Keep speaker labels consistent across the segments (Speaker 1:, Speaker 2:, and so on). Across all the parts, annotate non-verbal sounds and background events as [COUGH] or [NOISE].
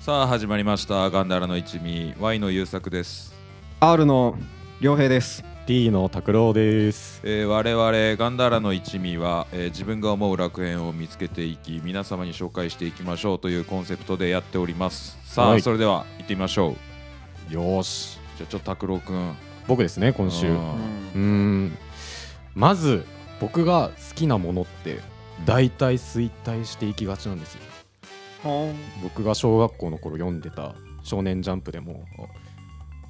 Speaker 1: さあ始まりました「ガンダラの一味」Y の優作です、
Speaker 2: R の良平です。
Speaker 3: D の拓郎です。
Speaker 1: えー我々ガンダラの一味は、えー自分が思う楽園を見つけていき皆様に紹介していきましょうというコンセプトでやっておりますさあ、
Speaker 3: はい
Speaker 1: それでは行ってみましょう
Speaker 3: よーし。
Speaker 1: じゃあちょっと拓郎くん
Speaker 3: 僕ですね、今週。
Speaker 1: う
Speaker 3: うんーん。まず、僕が好きなものって、大体衰退していきがちなんですよ。僕が小学校の頃読んでた少年ジャンプでも、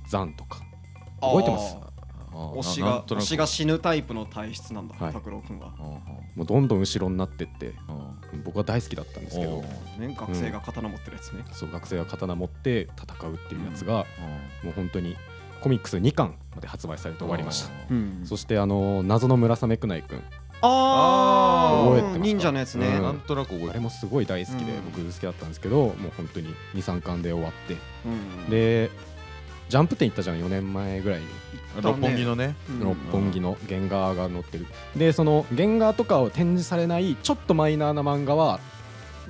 Speaker 3: ザンとか。覚えてます
Speaker 1: あー
Speaker 2: 推し
Speaker 1: なな
Speaker 2: が
Speaker 1: んとな
Speaker 2: 推
Speaker 1: く
Speaker 2: しが死ぬタイプの体質なんだ。
Speaker 3: はい
Speaker 2: 拓郎くんは。
Speaker 1: うんうん
Speaker 3: もうどんどん後ろになってって、
Speaker 1: うん
Speaker 3: 僕は大好きだったんですけ
Speaker 1: お
Speaker 3: ど
Speaker 1: う、
Speaker 2: ね学生が刀持ってるやつね。
Speaker 3: そう、学生が刀持って戦うっていうやつが、もう本当にコミックス2巻まで発売されて終わりました。
Speaker 1: うん
Speaker 2: うん
Speaker 3: そして、あの、謎の村雨くないくん。
Speaker 2: あ
Speaker 1: 覚
Speaker 2: あ
Speaker 1: えて
Speaker 3: ますか
Speaker 2: 忍者のやつね。
Speaker 3: う
Speaker 1: なんとなく覚え
Speaker 3: あ
Speaker 1: て
Speaker 3: れもすごい大好きで、
Speaker 2: うん
Speaker 3: 僕好きだったんですけどもう本当に23巻で終わって
Speaker 2: うん、
Speaker 3: でジャンプ店行ったじゃん4年前ぐらいに
Speaker 2: あ
Speaker 1: 六本木のね
Speaker 2: うん
Speaker 3: 六本木の原画が載ってるでその原画とかを展示されないちょっとマイナーな漫画は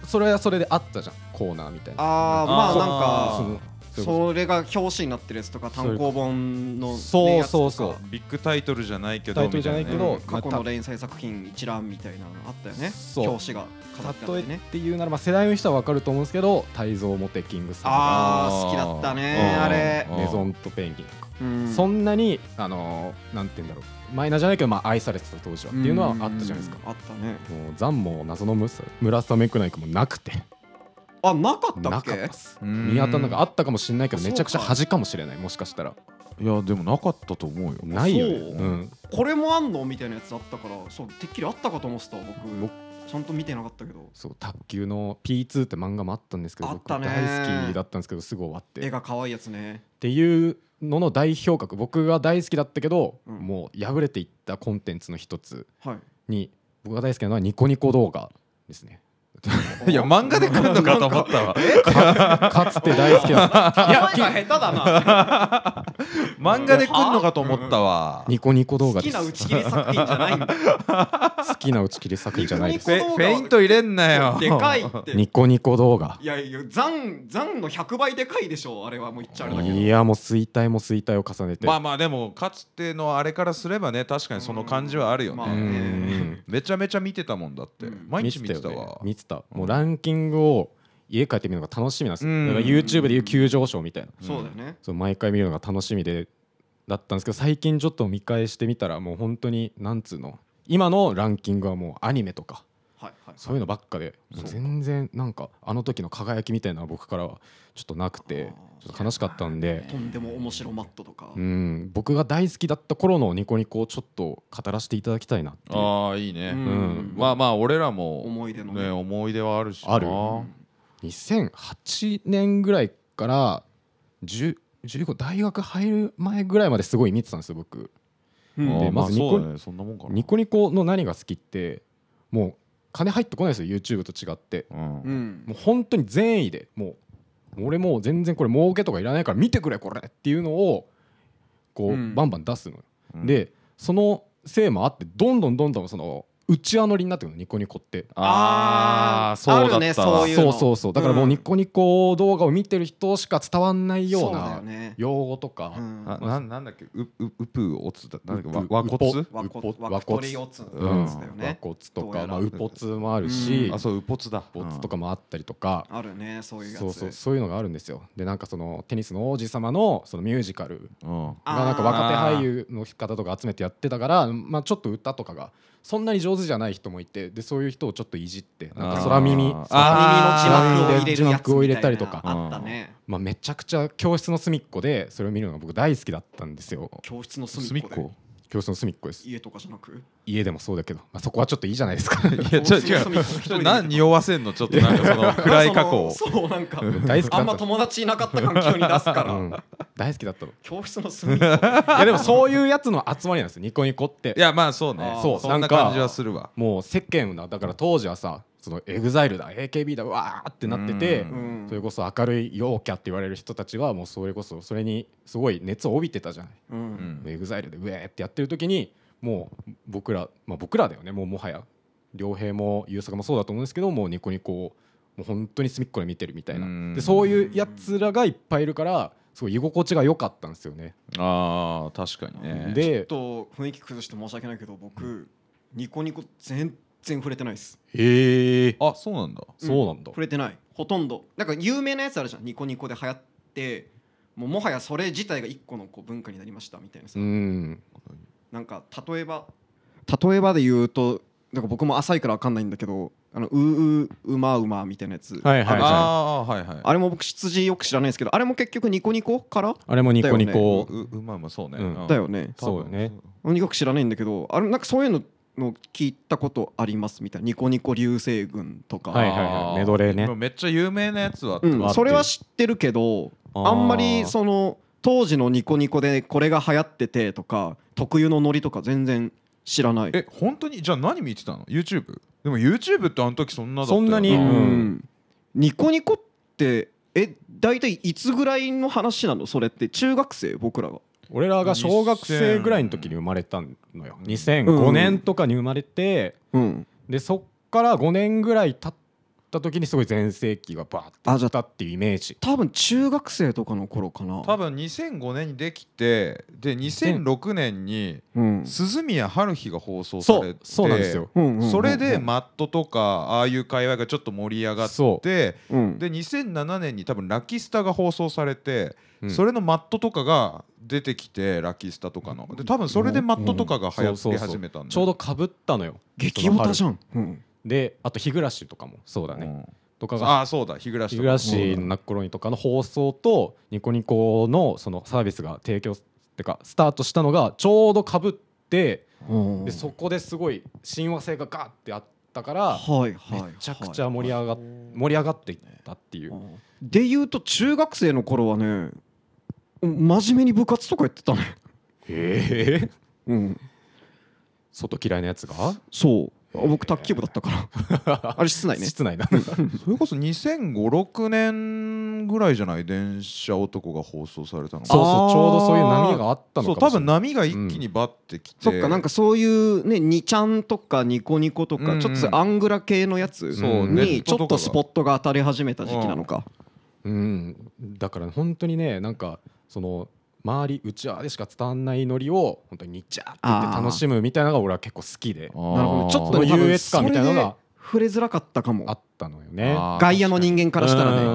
Speaker 3: それはそれであったじゃんコーナーみたいな
Speaker 2: ああまあ
Speaker 1: あー
Speaker 2: なんか
Speaker 3: その
Speaker 2: それが表紙になってるやつとか単行本のね
Speaker 3: そう
Speaker 2: やつとか
Speaker 3: そうそう
Speaker 1: ビッグタイトルじゃないけど
Speaker 3: タイトルじゃないけど
Speaker 1: みた
Speaker 2: うん
Speaker 1: ね
Speaker 2: 過去の連載作品一覧みたいなのあったよね。
Speaker 3: そう
Speaker 2: 表紙が飾ってあっ
Speaker 3: 例
Speaker 2: て
Speaker 3: えっ
Speaker 2: ね。
Speaker 3: ていうなら、まあ、世代の人は分かると思うんですけど泰造モテキングさんとか
Speaker 2: あー好きだったね
Speaker 1: うん
Speaker 2: あれ
Speaker 1: うん
Speaker 3: メゾンとペンギンとか
Speaker 2: うん
Speaker 3: そんなに、あのーなんて言うんだろうマイナーじゃないけど、まあ、愛されてた当時はっていうのはあったじゃないですか
Speaker 2: うんあったね。
Speaker 3: もう残も謎のむさ村雨くないくもなくて
Speaker 2: あなかった
Speaker 3: な
Speaker 2: っ
Speaker 3: かった
Speaker 2: け
Speaker 3: っ？す
Speaker 1: うん
Speaker 3: 見当たらなんかあったかもしれないけど
Speaker 2: あそう
Speaker 3: め
Speaker 2: か
Speaker 3: ちゃくちゃ恥かもしれないもしかしたら
Speaker 1: いやでもなかったと思うよ
Speaker 3: ないよね
Speaker 2: そう
Speaker 3: うん
Speaker 2: これもあんのみたいなやつあったからそうてっきりあったかと思ってた僕
Speaker 3: 僕
Speaker 2: ちゃんと見てなかったけど
Speaker 3: そう卓球の P2 って漫画もあったんですけど
Speaker 2: あっ
Speaker 3: 僕
Speaker 2: た
Speaker 3: 大
Speaker 2: ね
Speaker 3: 好きだったんですけどすぐ終わって
Speaker 2: 絵
Speaker 3: っ
Speaker 2: が可愛いやつね
Speaker 3: ていうのの代表格僕が大好きだったけど
Speaker 2: うん
Speaker 3: もう破れていったコンテンツの一つ
Speaker 2: はい
Speaker 3: に僕が大好きなのはニコニコ動画ですね
Speaker 1: いや漫画で来るのかと思ったわ
Speaker 3: かつて大好きな
Speaker 2: 画 [LAUGHS] や下手だな
Speaker 1: 漫画で来るのかと思った
Speaker 2: [LAUGHS]
Speaker 1: わ
Speaker 3: ニコニコ
Speaker 2: 好
Speaker 3: 動画で
Speaker 2: き
Speaker 3: す
Speaker 2: な打ち切り作品じゃないんだ
Speaker 3: [LAUGHS] 好きな打ち切り作品じゃないです
Speaker 1: フェフェイント入れんなよ
Speaker 2: でかいって
Speaker 3: ニコニコ動画
Speaker 2: いやいや残残の100倍でかいでしょあれはもう言っちゃあれだけど
Speaker 3: いやもう衰退も衰退を重ねて、
Speaker 1: まあまあでもかつてのあれからすればね確かにその感じはあるよ
Speaker 2: まあ
Speaker 3: うん
Speaker 1: ね
Speaker 3: うん
Speaker 1: めちゃめちゃ見てたもんだって
Speaker 2: うん
Speaker 1: 毎日見てた
Speaker 3: よね
Speaker 1: わ
Speaker 3: 見てたもうランキングを家帰って見るのが楽しみなんですよ、
Speaker 1: うん
Speaker 3: だから YouTube でいう急上昇みたいな、
Speaker 2: そうだよね
Speaker 3: そう毎回見るのが楽しみでだったんですけど最近ちょっと見返してみたらもう本当になんつうの今のランキングはもうアニメとか
Speaker 2: はいはい
Speaker 3: そういうのばっかでもう全然なんかあの時の輝きみたいなのは僕からはちょっとなくて
Speaker 2: あー
Speaker 3: ちょっと悲しかったんで
Speaker 2: とんでも面白マットとか
Speaker 3: うん僕が大好きだった頃のニコニコをちょっと語らせていただきたいなっていう
Speaker 1: ああいいね
Speaker 3: うん
Speaker 1: まあまあ俺らも
Speaker 2: 思い出の
Speaker 1: ね思い出はあるし
Speaker 3: ある
Speaker 1: な
Speaker 3: 2008年ぐらいから10 15大学入る前ぐらいまですごい見てたんですよ僕
Speaker 2: うん
Speaker 1: あー
Speaker 3: でまずニコ
Speaker 1: そうだねそんなもんかな
Speaker 3: ニコニコの何が好きってもう金入ってこないですよ YouTube と違って
Speaker 1: うん
Speaker 2: うん
Speaker 3: もう本当に善意でもう俺もう全然これ儲けとかいらないから見てくれこれっていうのをこう、
Speaker 2: うん
Speaker 3: バンバン出すのよ、
Speaker 1: うん
Speaker 3: でそのせいもあってどんどんどんどんその内輪乗りになってくるのニコニコって
Speaker 1: ああ
Speaker 2: あー
Speaker 1: そうだ
Speaker 2: ある
Speaker 1: っ
Speaker 2: ね
Speaker 1: たわ
Speaker 2: そういうの
Speaker 3: そうそうそうだからもうニコニコ動画を見てる人しか伝わんないよ
Speaker 2: そううだ
Speaker 3: な
Speaker 2: よね
Speaker 3: 用語とか、
Speaker 2: うん
Speaker 1: あななんだっけうううぷおつだなんだっけわ
Speaker 3: う
Speaker 1: わ
Speaker 3: う
Speaker 1: こ
Speaker 3: ぽ
Speaker 1: つ
Speaker 2: わこ
Speaker 3: うっぽ
Speaker 2: わこ取り四つのやつだよ
Speaker 3: 和
Speaker 2: ね。
Speaker 3: 骨と
Speaker 2: どうや
Speaker 3: からまあ、ウポツもあるし、
Speaker 2: うん
Speaker 1: あそううぽつだ
Speaker 3: ウポツとかもあったりとか、
Speaker 2: あるね、そういうやつ。
Speaker 3: そうそうそういうのがあるんですよでなんかそのテニスの王子様のそのミュージカル
Speaker 1: うんうん
Speaker 3: がなんか若手俳優の方とか集めてやってたからまあ、ちょっと歌とかがそんなに上手じゃない人もいてでそういう人をちょっといじってなんか空耳
Speaker 1: あー
Speaker 2: 耳の字幕を入れるやつみたいな
Speaker 3: 字幕を入れたりとか
Speaker 2: あったね。
Speaker 3: まあ、めちゃくちゃ教室の隅っこでそれを見るのが僕大好きだったんですよ
Speaker 2: 教室の
Speaker 1: 隅
Speaker 2: 隅
Speaker 1: っ
Speaker 2: っこで
Speaker 1: こ
Speaker 3: 教室の隅っこです
Speaker 2: 家とかじゃなく。
Speaker 3: 家でもそうだけど、まあ、そこはちょっといいじゃないで
Speaker 2: [LAUGHS]
Speaker 3: すか
Speaker 1: いや違う違う
Speaker 2: 隅っこ一
Speaker 1: ちょ
Speaker 2: 人
Speaker 1: っと
Speaker 2: で
Speaker 1: な匂わせんのちょっとなんかその暗い過去を
Speaker 2: その [LAUGHS] そうなんか
Speaker 3: 大好きだった
Speaker 2: あんま友達いなかった環境に出すか
Speaker 3: う
Speaker 2: ら
Speaker 3: ん、大好きだったのい
Speaker 2: 教室の隅っこ
Speaker 3: やでもそういうやつの集まりなんですよニコニコって
Speaker 1: いやまあそうね
Speaker 2: あー
Speaker 1: そ
Speaker 3: そうう
Speaker 1: そん
Speaker 3: な
Speaker 1: なん
Speaker 3: か
Speaker 1: 感じはするわ
Speaker 3: もう世間だだから当時はさそのエグザイルだ AKB だわーってなってて
Speaker 1: う
Speaker 2: うん
Speaker 3: それこそ明るい陽キャって言われる人たちはもうそれこそそれにすごい熱を帯びてたじゃない、
Speaker 2: う
Speaker 1: うんん
Speaker 3: エグザイルでウェーってやってる時にもう僕らまあ僕らだよねもうもはや良平も優作もそうだと思うんですけどもうニコニコをもう本当に隅っこで見てるみたいな
Speaker 1: うん
Speaker 3: でそういうやつらがいっぱいいるからすごい居心地が良かったんですよね。
Speaker 1: ああ確かにね
Speaker 3: で
Speaker 2: ちょっと雰囲気崩して申し訳ないけど僕ニコニコ全然触れてないです
Speaker 3: へえ
Speaker 1: あそうなんだ
Speaker 3: そうなんだ。
Speaker 2: 触れてないほとんどなんか有名なやつあるじゃんニコニコで流行ってもうもはやそれ自体が一個のこう文化になりましたみたいなさ、
Speaker 3: うん
Speaker 2: なんか例えば例えばで言うとなんか僕も浅いから分かんないんだけどあのうううまうまみたいなやつ、
Speaker 3: はいは
Speaker 2: あ
Speaker 3: い
Speaker 2: の
Speaker 1: ああーはいはい
Speaker 2: あれも僕羊よく知らないですけどあれも結局ニコニコから
Speaker 3: あれもニコニコ、
Speaker 1: うううまいもそうね、
Speaker 3: うん
Speaker 1: ん
Speaker 2: だよね
Speaker 1: 多分
Speaker 3: そうよね
Speaker 2: ニコ知らないんだけどあれなんかそういうのの聞いたことありますみたいなニコニコ流星群とか、
Speaker 3: はいはい
Speaker 1: あー
Speaker 3: メドレーね
Speaker 1: でもめっちゃ有名なやつは
Speaker 2: う
Speaker 3: あっ
Speaker 2: ん、
Speaker 3: て
Speaker 2: それは知ってるけど
Speaker 3: あ
Speaker 2: あ
Speaker 3: ー
Speaker 2: んまりその当時のニコニコでこれが流行っててとか特有のノリとか全然知らない
Speaker 1: え本当にじゃあ何見てたの YouTube でも YouTube ってあの時そんなだったよ
Speaker 3: そんなに
Speaker 2: う
Speaker 3: うん
Speaker 2: んニコニコってえ大体いつぐらいの話なのそれって中学生僕らが
Speaker 3: 俺らが小学生ぐらいの時に生まれたのよ
Speaker 1: うん
Speaker 3: 2005年とかに生まれて、
Speaker 2: うん
Speaker 3: でそっから5年ぐらい経った時にすごい全盛期がバー
Speaker 2: あ
Speaker 3: ッと
Speaker 2: じ
Speaker 3: 来
Speaker 2: ゃ
Speaker 3: たっていうイメージ
Speaker 2: 多分中学生とかの頃かな
Speaker 1: 多分2005年にできてで2006年に
Speaker 2: うん
Speaker 1: 鈴宮春日が放送さ
Speaker 3: そ
Speaker 1: れ
Speaker 3: う
Speaker 1: て
Speaker 3: そうなんですよ、
Speaker 2: うんうんうんうん
Speaker 1: それでマットとかああいう会話がちょっと盛り上がっ
Speaker 3: そ
Speaker 1: て
Speaker 2: うん
Speaker 1: で2007年に多分ラキスタが放送されて、
Speaker 3: うん
Speaker 1: それのマットとかが出てきてラキスタとかので多分それでマットとかが流行って始めたんだ
Speaker 3: ちょうどかぶったのよ
Speaker 2: 激オタじゃんうん
Speaker 3: であと日暮らしとかもそうだ
Speaker 1: だ
Speaker 3: ね、
Speaker 1: ね
Speaker 3: とかが
Speaker 1: ああそうだ日暮らし
Speaker 3: 日
Speaker 1: と
Speaker 3: 暮
Speaker 1: から
Speaker 3: しの頃にとかの放送とニコニコのそのサービスが提供ってかスタートしたのがちょうどかぶって
Speaker 2: うん
Speaker 3: でそこですごい親和性がガーってあったから
Speaker 2: はいはい
Speaker 3: め
Speaker 2: はい
Speaker 3: ちゃくちゃ盛り上がっ盛り上がっていったっていう
Speaker 2: で言うと中学生の頃はね真面目に部活とかやってたね
Speaker 3: ええ
Speaker 2: うん
Speaker 3: 外嫌いなやつが
Speaker 2: そうあ僕卓球部だったからあ
Speaker 3: [LAUGHS]
Speaker 2: れ室内ね
Speaker 3: 室内だ
Speaker 1: それこそ2005-6年ぐらいじゃない電車男が放送されたの
Speaker 3: そうそうちょうどそういう
Speaker 1: あー
Speaker 3: 波があった
Speaker 1: そ
Speaker 3: の
Speaker 1: う
Speaker 3: か
Speaker 1: 多
Speaker 3: もしれ
Speaker 1: 分
Speaker 3: ない
Speaker 1: 波が一気にバッてきて、
Speaker 2: そっかなんかそういうねにちゃんとかニコニコと
Speaker 1: うんう
Speaker 2: か
Speaker 1: ん
Speaker 2: ちょっとそういうアングラ系のやつ
Speaker 1: そう
Speaker 3: ネ
Speaker 2: に
Speaker 1: ッ
Speaker 2: ち
Speaker 1: トとかが
Speaker 2: ょっとスポットが当たり始めた時期なのか
Speaker 3: うんだから本当にねなんかその周りうちわでしか伝わんないノリを本当にニチャーって言って楽しむみたいなのが俺は結構好きで
Speaker 1: あー
Speaker 2: なるほどちょっと
Speaker 3: こ
Speaker 2: ね
Speaker 3: の優越感みたいなのが
Speaker 2: 多分それで触れづらかったか
Speaker 3: あ
Speaker 2: も
Speaker 3: ったのよね
Speaker 1: あー
Speaker 2: 外野の人間からしたら
Speaker 3: う
Speaker 2: ね
Speaker 3: ん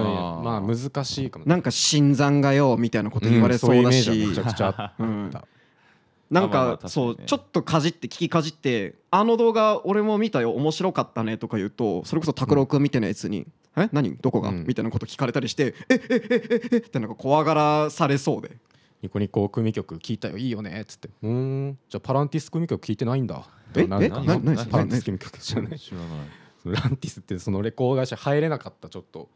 Speaker 3: まあ難しいかも
Speaker 2: なんか新参がよみたいなこと言われそうだし、
Speaker 3: んそういうイメージはめちゃくちゃあった、
Speaker 2: うん
Speaker 3: [LAUGHS]
Speaker 2: なん
Speaker 1: まあまあ
Speaker 2: か
Speaker 1: 確かにね
Speaker 2: そうちょっとかじって聞きかじって「あの動画俺も見たよ面白かったね」とか言うとそれこそ拓郎君みたいなやつに「え何どこが?」
Speaker 3: うん
Speaker 2: みたいなこと聞かれたりして「ええええええってなんか怖がらされそうで
Speaker 3: ニコニコ組曲聞いたよいいよねっつってうーんじゃあパランティス組曲聞いてないんだ
Speaker 2: え
Speaker 3: なん
Speaker 2: え
Speaker 3: か
Speaker 1: なな
Speaker 3: パランティス組曲知らない
Speaker 1: 知らない
Speaker 3: ランティスってそのレコード会社入れなかったちょっと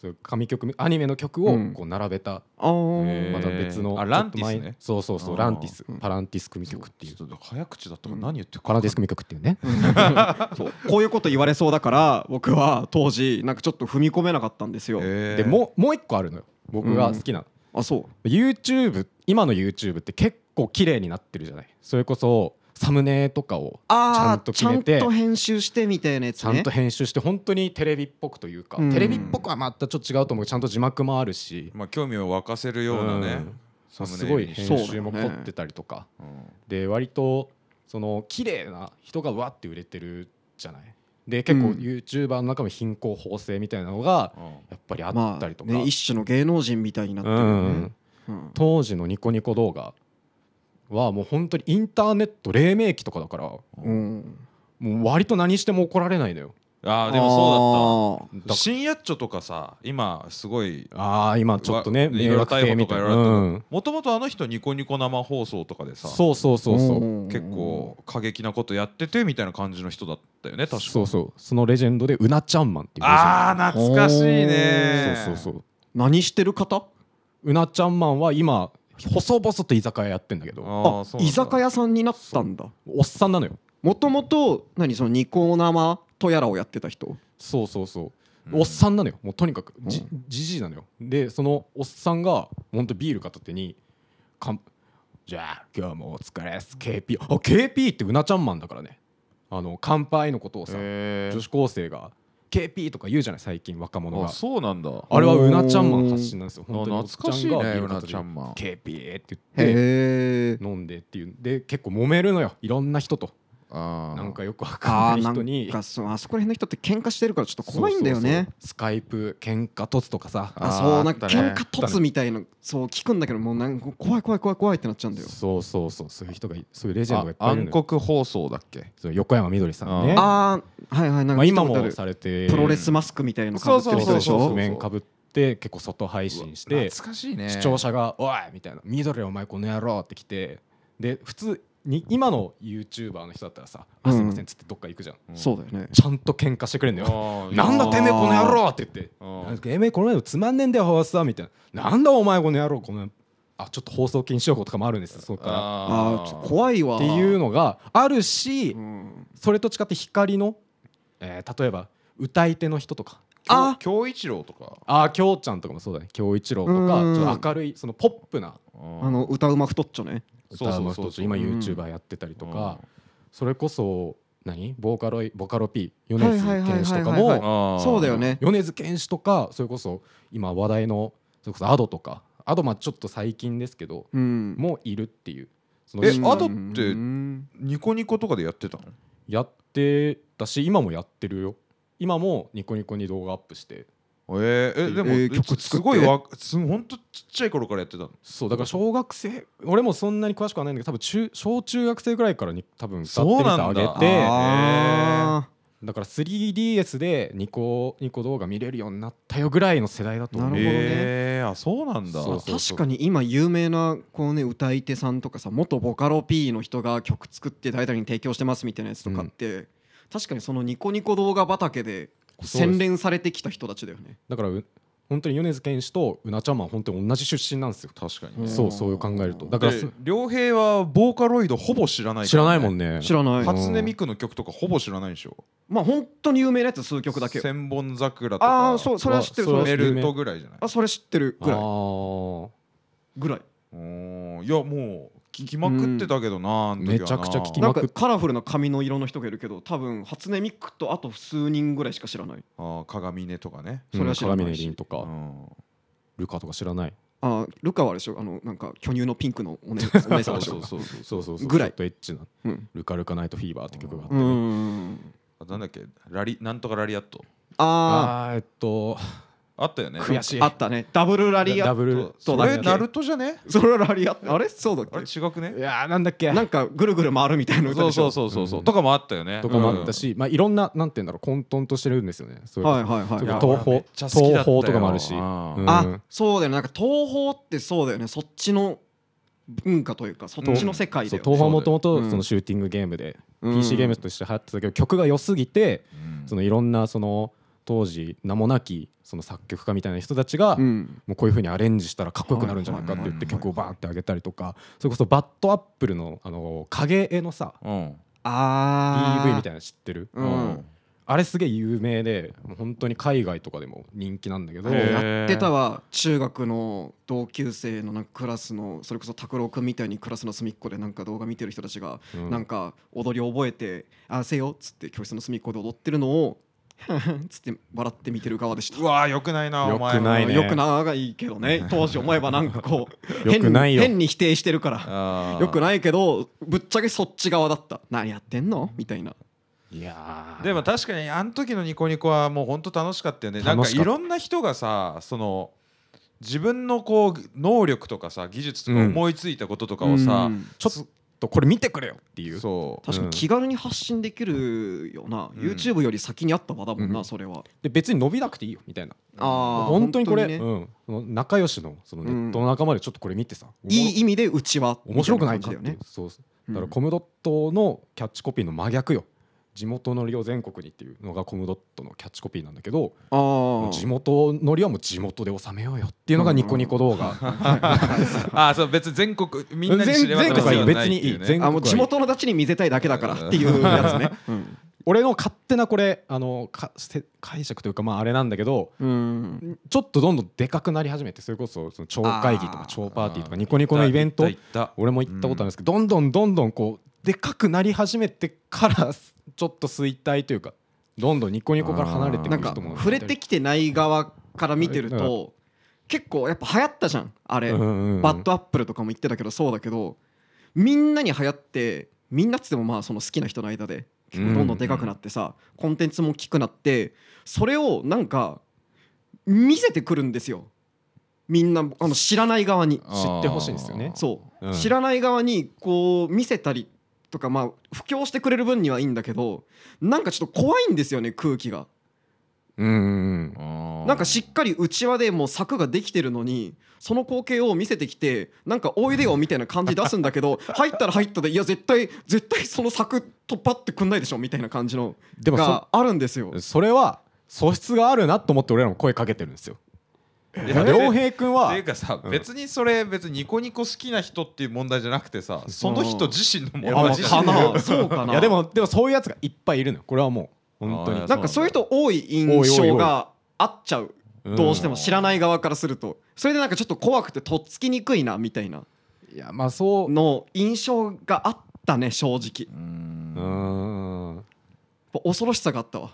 Speaker 3: そういう紙曲アニメの曲を
Speaker 2: うん
Speaker 3: こう並べた、
Speaker 2: あー
Speaker 1: へー
Speaker 3: また別の
Speaker 1: あ
Speaker 3: ちょっと
Speaker 1: ラ
Speaker 3: 前
Speaker 1: ンティスね
Speaker 3: そうそうそ
Speaker 1: あ
Speaker 3: う
Speaker 1: ー
Speaker 3: ランティス
Speaker 2: うん
Speaker 3: パランティス組曲っていう
Speaker 1: ちょっと早口だったから
Speaker 2: うん
Speaker 1: 何言ってる
Speaker 3: パランティス組曲っていうね
Speaker 2: そうこういうこと言われそうだから僕は当時なんかちょっと踏み込めなかったんですよ、
Speaker 3: でもうもう一個あるのよ僕が好きなの、
Speaker 2: あそう
Speaker 3: YouTube 今の YouTube って結構綺麗になってるじゃないそれこそサムネとかをちゃん
Speaker 2: ああ
Speaker 3: と
Speaker 2: ち
Speaker 3: 決
Speaker 2: ゃ
Speaker 3: め
Speaker 2: ん
Speaker 3: て
Speaker 2: と編集してみたいなやつ
Speaker 3: ちゃん
Speaker 2: ね
Speaker 3: と編集して本当にテレビっぽくというか、
Speaker 2: うん
Speaker 3: テレビっぽくはまたちょっと違うと思うけどちゃんと字幕もあるし、
Speaker 1: まあ興味を沸かせるようなね、
Speaker 3: うん
Speaker 1: サム
Speaker 3: す
Speaker 1: ネイ
Speaker 3: ご
Speaker 1: ル
Speaker 3: い
Speaker 1: に
Speaker 3: 編
Speaker 1: して
Speaker 3: 集も凝ってたりとか、
Speaker 1: うん
Speaker 3: で割とその綺麗な人がわって売れてるじゃないで結構
Speaker 2: うん
Speaker 3: YouTuber の中の貧困法制みたいなのが
Speaker 1: うん
Speaker 3: やっぱりあったりとか、
Speaker 2: まあね、一種の芸能人みたいになってる
Speaker 3: う
Speaker 2: よね
Speaker 3: ん、
Speaker 2: うん
Speaker 3: 当時のニコニコ動画はもう本当にインターネット黎明期とかだからも
Speaker 2: うん、
Speaker 3: う割と何しても怒られないのよ
Speaker 1: ああでも
Speaker 2: そう
Speaker 1: そう
Speaker 2: だった
Speaker 1: だった深夜っちょとかさ今すごい
Speaker 3: ああ今ちょっとね
Speaker 1: わいろいろ逮捕とかいろいろあったけど
Speaker 3: うん
Speaker 1: もともとあの人ニコニコ生放送とかでさ
Speaker 3: そうそうそうそう、
Speaker 1: 結構過激なことやっててみたいな感じの人だったよね確か
Speaker 3: そうそうそのレジェンドでうなちゃんマンっていうレジェ
Speaker 1: ああ懐かしいね
Speaker 3: ンドそうそうそう
Speaker 2: 何してる方
Speaker 3: うなちゃんマンは今細々と居酒屋やってんだけど
Speaker 1: あ
Speaker 2: あ
Speaker 1: ーそうなん
Speaker 2: 居
Speaker 1: だ
Speaker 2: 酒屋さんになったんだ
Speaker 3: おっさんなのよ
Speaker 2: もともと何そのニコ生とやらをやってた人
Speaker 3: そうそうそううおっさ
Speaker 1: ん
Speaker 3: んなのよもうとにかくじ
Speaker 2: う
Speaker 3: じじいなのよでそのおっさんがほんとビール片手にかんじゃあ今日もお疲れっす KP あ KP ってうなちゃんマンだからねあの乾杯のことをさ
Speaker 1: へー
Speaker 3: 女子高生が KP とか言うじゃない最近若者
Speaker 1: あ
Speaker 3: が
Speaker 1: そうなんだ
Speaker 3: あれはうなちゃんマン発信なんですよ
Speaker 1: あ
Speaker 3: 本当におっ
Speaker 1: 懐かしい
Speaker 3: が
Speaker 1: ね
Speaker 3: ビー
Speaker 1: う
Speaker 3: ル片
Speaker 1: な
Speaker 3: 手で
Speaker 1: ちゃんマン
Speaker 3: KP って言って
Speaker 2: へえ
Speaker 3: 飲んでっていうで結構揉めるのよいろんな人と
Speaker 1: あー
Speaker 3: なんかよくわ
Speaker 2: あ
Speaker 3: かん
Speaker 2: ー
Speaker 3: な
Speaker 2: ない
Speaker 3: 人に
Speaker 2: んかそあそこら辺の人って喧嘩してるからちょっと怖いんだよね
Speaker 3: そうそうそうスカイプ喧嘩突とかさ
Speaker 1: あ
Speaker 2: あ
Speaker 1: ー
Speaker 2: そうなん
Speaker 1: あ
Speaker 2: か
Speaker 1: ったね
Speaker 2: 喧嘩突みたいなそう聞くんだけどもうなんか怖い怖い怖い怖いってなっちゃうんだよ
Speaker 3: そうそうそうそういう人がいそういうレジェンドがいっ
Speaker 1: あ
Speaker 3: ぱいいる
Speaker 1: 暗
Speaker 3: のよ
Speaker 1: 黒放送だっけ
Speaker 3: そう横山みどりさんね
Speaker 1: あ
Speaker 2: ああはいはいなん
Speaker 3: ま
Speaker 2: か
Speaker 3: あ、
Speaker 2: 聞い
Speaker 3: 今
Speaker 2: たことあ
Speaker 3: も
Speaker 2: る
Speaker 3: されて
Speaker 2: プロレスマスクみたいのかぶってる
Speaker 3: プ
Speaker 2: 人
Speaker 3: ロレ
Speaker 2: で
Speaker 3: ス
Speaker 2: し
Speaker 1: そうそう
Speaker 2: ょ
Speaker 1: そう
Speaker 3: 面かぶって結構外配信して
Speaker 1: 懐かしいね
Speaker 3: 視聴者が「おい!」みたいな「ミドルお前この野郎!」って来てで普通に今の YouTuber の人だったらさ「あすいません」っつってどっか行くじゃん、
Speaker 1: うん
Speaker 2: そうだよね
Speaker 3: ちゃんと喧嘩してくれんだよ「
Speaker 1: あー
Speaker 3: なんだてめえこの野郎!」って言って「
Speaker 1: うん
Speaker 3: なんかてめえこの野郎つまんねえんだよ放送は」みたいな「なんだお前この野郎このあちょっと放送禁止用語とかもあるんですよそこか
Speaker 2: ああーちょっと
Speaker 1: い
Speaker 2: 怖いわ
Speaker 3: ら」っていうのがあるし
Speaker 2: うん
Speaker 3: それと違って光の、えー例えば歌い手の人とか
Speaker 2: あ
Speaker 1: 京一郎とか
Speaker 3: ああ京ちゃんとかもそうだね京一郎とか
Speaker 2: うん
Speaker 3: ちょっと明るいそのポップな
Speaker 1: あ
Speaker 2: あの歌うま太っちょね
Speaker 1: そう
Speaker 3: 歌
Speaker 1: そうう
Speaker 3: ま
Speaker 1: そう
Speaker 3: 人たち
Speaker 1: そう
Speaker 3: 今
Speaker 1: うん
Speaker 3: YouTuber やってたりとかそれこそ何ボーカロイボカロ P 米
Speaker 2: はいはい
Speaker 3: 津
Speaker 2: はいはいはい
Speaker 3: 玄師とか
Speaker 2: はい
Speaker 3: も
Speaker 1: あー
Speaker 2: そうだよね
Speaker 3: 米津玄師とかそれこそ今話題のそれこそアドとかアドまあちょっと最近ですけど
Speaker 2: うん
Speaker 3: もういるっていうその
Speaker 1: え
Speaker 3: うん
Speaker 1: アドって
Speaker 2: うん
Speaker 1: ニコニコとかでやってたの
Speaker 3: やってたし今もやってるよ今もニコニコに動画アップして
Speaker 1: えー、えでも、
Speaker 2: えー
Speaker 1: え
Speaker 2: 曲作って
Speaker 1: すごいわすほんとちっちゃい頃からやってたの
Speaker 3: そうだから小学生俺もそんなに詳しくはないんだけど多分中小中学生ぐらいからに多分歌ってる人あげ
Speaker 1: そうなん
Speaker 3: て
Speaker 2: あ
Speaker 3: だから 3DS でニコニコ動画見れるようになったよぐらいの世代だと思う
Speaker 2: なるほどね
Speaker 1: えー、あそうなんだ
Speaker 3: そう
Speaker 2: ー確かに今有名なこうね歌い手さんとかさ元ボカロ P の人が曲作って誰々に提供してますみたいなやつとかって、確かにそのニコニコ動画畑でこう
Speaker 3: そうです
Speaker 2: 洗練されてきた人たちだよね
Speaker 3: だからう本当に米津玄師とうなちゃんマン本当に同じ出身なんですよ
Speaker 1: 確か
Speaker 2: うん
Speaker 1: ね
Speaker 3: そうそう考えるとだから
Speaker 1: で両平はボーカロイドほぼ知らない
Speaker 3: 知らない
Speaker 1: ね
Speaker 3: もんね
Speaker 2: 知らない
Speaker 3: は
Speaker 1: 初音ミクの曲とかほぼ知らないでしょ
Speaker 2: まあ本当に有名なやつ数曲だけよ
Speaker 1: 千本桜とか
Speaker 2: ああそうそれは知ってる
Speaker 3: そ
Speaker 2: そ
Speaker 3: れ
Speaker 2: れ
Speaker 3: は
Speaker 2: は
Speaker 1: メルトぐらいじゃない
Speaker 2: あそれ知ってる
Speaker 3: あ
Speaker 2: ぐらい
Speaker 3: ー
Speaker 2: ぐらい
Speaker 1: おーいやもう聞きまくってたけどな、
Speaker 3: ん
Speaker 1: あの時はな
Speaker 3: めちゃくちゃ聞き
Speaker 2: な
Speaker 3: ま今
Speaker 2: んか
Speaker 3: く
Speaker 2: カラフルな髪の色の人がいるけど多分初音ミクとあと数人ぐらいしか知らない
Speaker 1: あー鏡音とかね、
Speaker 2: それは知らない
Speaker 3: 鏡音凛と
Speaker 1: う
Speaker 3: か、
Speaker 1: ん、
Speaker 3: ルカとか知らない
Speaker 2: あールカはあれでしょあのなんか巨乳のピンクのお姉お姉さんでしょ
Speaker 1: そうそう
Speaker 3: そうそうそう
Speaker 2: ぐらい
Speaker 3: ちょっとエッチな
Speaker 2: うん
Speaker 3: 「ルカルカナイトフィーバー」って曲があって
Speaker 2: う
Speaker 3: ね、
Speaker 2: ん
Speaker 1: あなんだっけラリなんとかラリアット
Speaker 2: あ
Speaker 3: あーえっと
Speaker 1: あったよね
Speaker 3: 悔しい
Speaker 2: ああったねダブルラリア
Speaker 3: ダブル
Speaker 2: ッ
Speaker 1: そう
Speaker 2: ト
Speaker 1: そ
Speaker 2: だっけ
Speaker 1: れナルトじゃね
Speaker 2: トそれはラリアットあれそうだっ
Speaker 1: あれ
Speaker 2: け
Speaker 1: 違くね
Speaker 3: いやーなんだっけ
Speaker 2: なんかぐるぐる回るみたいな歌
Speaker 1: そ
Speaker 2: で
Speaker 1: う
Speaker 2: しょ
Speaker 1: そうそうそうそう、
Speaker 3: うん
Speaker 1: とかもあったよね
Speaker 3: とかもあった、し、まあ、いろんななんて言うんだろう混沌としてるんですよねそれこ
Speaker 2: は
Speaker 3: そ
Speaker 2: いはい
Speaker 3: それ
Speaker 2: は
Speaker 3: こ
Speaker 2: い
Speaker 3: そ
Speaker 1: いや俺
Speaker 3: 東宝
Speaker 1: めっちゃ好きだったよ
Speaker 3: 東宝とかもあるし、
Speaker 1: あー
Speaker 3: うん
Speaker 2: あそうだよねなんか東宝ってそうだよねそっちの文化というかそっちの世界だ
Speaker 3: そう
Speaker 2: よ
Speaker 3: 東宝もとも
Speaker 2: そう
Speaker 3: と
Speaker 2: だよ
Speaker 3: そのシューティングゲームで、
Speaker 2: うん
Speaker 3: PC ゲームとして流行ってたけど曲が良すぎて
Speaker 1: うん
Speaker 3: そのいろんなその当時名もなきその作曲家みたいな人たちが、
Speaker 2: うん
Speaker 3: もうこういう風にアレンジしたらかっこよくなるんじゃないかって言っ
Speaker 1: はいは
Speaker 3: て
Speaker 1: いはい
Speaker 3: 曲をバーンって上げたりとかそれこそバッドアップルのあの影絵のさ
Speaker 1: うん
Speaker 2: あ
Speaker 3: PV みた
Speaker 2: い
Speaker 3: いなの知ってる
Speaker 2: う
Speaker 1: うん
Speaker 2: ん
Speaker 3: あれすげえ有名でもう本当に海外とかでも人気なんだけど
Speaker 1: へー
Speaker 2: やってたわ中学の同級生のなんかクラスのそれこそ拓郎君みたいにクラスの隅っこでなんか動画見てる人たちが
Speaker 3: うん
Speaker 2: なんか踊り覚えて「あせよ」っつって教室の隅っこで踊ってるのを [LAUGHS] 「つって笑って見てる側でした
Speaker 1: う。わーよくないなお前
Speaker 3: 良くないね
Speaker 2: よく長いけど
Speaker 3: [LAUGHS]
Speaker 2: ね当時思えばなんかこう
Speaker 3: 良くないよ
Speaker 2: 変に変に否定してるから
Speaker 1: あー
Speaker 2: よくないけどぶっちゃけそっち側だった何やってんのみたいない
Speaker 3: やー
Speaker 1: でも確かにあの時のニコニコはもう本当楽しかったよねなん
Speaker 3: 楽
Speaker 1: か
Speaker 3: し
Speaker 1: い
Speaker 3: かった
Speaker 1: ろんな人がさその自分のこう能力とかさ技術とか
Speaker 3: うん
Speaker 1: 思いついたこととかをさ、
Speaker 2: うん
Speaker 3: ちょっとこれ見てくれよっていう
Speaker 1: そう
Speaker 2: 確かに気軽に発信できるよな、
Speaker 1: うん
Speaker 2: YouTube より先にあった場だもんな、
Speaker 3: うん
Speaker 2: それは
Speaker 3: で別に伸びなくていいよみたいな
Speaker 2: あー
Speaker 3: 本当にこれ
Speaker 2: 本当に
Speaker 3: うんその仲良しのそのネットの仲間でちょっとこれ見てさ、
Speaker 2: いい意味でうちは
Speaker 3: 面白くないかっ
Speaker 2: み
Speaker 3: て
Speaker 2: た
Speaker 3: い
Speaker 2: いうな感じ
Speaker 3: そうそう
Speaker 2: だ
Speaker 3: だ
Speaker 2: よ
Speaker 3: から
Speaker 2: ね
Speaker 3: コムドットのキャッチコピーの真逆よ地元のりを全国にっていうのがコムドットのキャッチコピーなんだけど
Speaker 2: あー
Speaker 3: 地元のりはもう地元で収めようよっていうのがニコニコ動画
Speaker 1: あーそう別に全国みんなに知
Speaker 3: 全
Speaker 1: れ渡
Speaker 3: 全
Speaker 1: る
Speaker 3: 国はいい
Speaker 1: 必要なってう
Speaker 3: 別にいい全
Speaker 2: あもう地元のたちに見せたいだけだからっていうやつね。
Speaker 3: 俺の勝手なこれあのかせ解釈というかまああれなんだけど
Speaker 2: うん、
Speaker 3: ちょっとどんどんでかくなり始めてそれこそその超会議とか
Speaker 2: あー
Speaker 3: 超パーティーとかニコニコのイベント
Speaker 1: 行った行った
Speaker 3: 俺も行ったことあるんですけど、どんどんどんどんこうでかくなり始めてからすちょっと衰退というかどんどんニコニコから離れてい
Speaker 2: なん
Speaker 3: く
Speaker 2: か
Speaker 3: 人も
Speaker 2: 触れてきてない側から見てると結構やっぱ流行ったじゃんあれ、バッドアップルとかも言ってたけどそうだけどみんなに流行ってみんなっつってもまあその好きな人の間で結構どんどんでかくなってさ、コンテンツも大きくなってそれをなんか見せてくるんですよみんなあの知らない側に
Speaker 3: 知ってほしいんですよね
Speaker 2: そう、
Speaker 3: うん
Speaker 2: 知らない側にこう見せたりとかまあ布教してくれる分にはいいんだけどなんかちょっと怖いんですよね空気が。
Speaker 3: うんうん
Speaker 2: なんかしっかり内輪でもう柵ができてるのにその光景を見せてきてなんかおいでよみたいな感じ出すんだけ
Speaker 3: [LAUGHS]
Speaker 2: ど入ったら入ったでいや絶対絶対その柵突破ってくんないでしょみたいな感じの
Speaker 3: でもそ
Speaker 2: があるんですよ
Speaker 3: うんそれは素質があるなと思って俺らも声かけてるんですよ良平君
Speaker 1: っ
Speaker 3: は
Speaker 1: ていうかさ、
Speaker 3: うん
Speaker 1: 別にそれ別にニコニコ好きな人っていう問題じゃなくてさその人自身の
Speaker 3: いやま
Speaker 1: 問
Speaker 3: あ
Speaker 1: 題じゃ
Speaker 2: か
Speaker 1: ん
Speaker 2: なそうかない
Speaker 3: やでもでもそういうやつがいっぱいいるのよこれはもう本当に
Speaker 1: あー
Speaker 2: なんかそういう人多い印象があっちゃう
Speaker 3: うん
Speaker 2: どうしても知らない側からするとそれでなんかちょっと怖くてとっつきにくいなみたいない
Speaker 3: やまあそう
Speaker 2: の印象があったね正直
Speaker 1: うーん
Speaker 3: うーん
Speaker 2: やっぱ恐ろしさがあったわ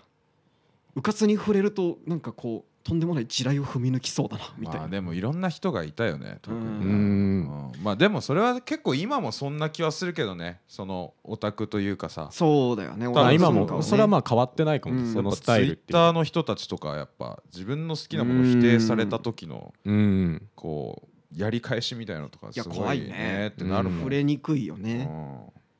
Speaker 2: うかつに触れるとなんかこうとんでもない地雷を踏み抜きそうだなみたい
Speaker 1: ま
Speaker 2: な、
Speaker 1: あでもいろんな人がいたよね特に、
Speaker 2: うん
Speaker 3: うーん
Speaker 1: うんまあでもそれは結構今もそんな気はするけどねそのオタクというかさ
Speaker 2: そうだよね
Speaker 1: ま
Speaker 3: ま
Speaker 1: あ
Speaker 3: あ今
Speaker 2: 俺
Speaker 3: も
Speaker 2: の
Speaker 3: それは
Speaker 2: 文化
Speaker 3: まあ変わってないか
Speaker 2: う
Speaker 3: も
Speaker 2: ん
Speaker 3: そのスタイルっ
Speaker 1: ツイ
Speaker 3: て
Speaker 1: ッ
Speaker 3: いうの
Speaker 1: ター
Speaker 3: は
Speaker 1: の人たちとかやっぱ自分の好きなものを否定された時の
Speaker 3: うん
Speaker 1: こうやり返しみたいなのとか
Speaker 2: いや
Speaker 1: すご
Speaker 2: 怖
Speaker 1: い
Speaker 2: い
Speaker 1: ね
Speaker 2: ね
Speaker 1: ってなる
Speaker 3: う
Speaker 1: もん、
Speaker 3: ん
Speaker 2: 触れにくいよ
Speaker 1: う
Speaker 2: ね、
Speaker 1: ん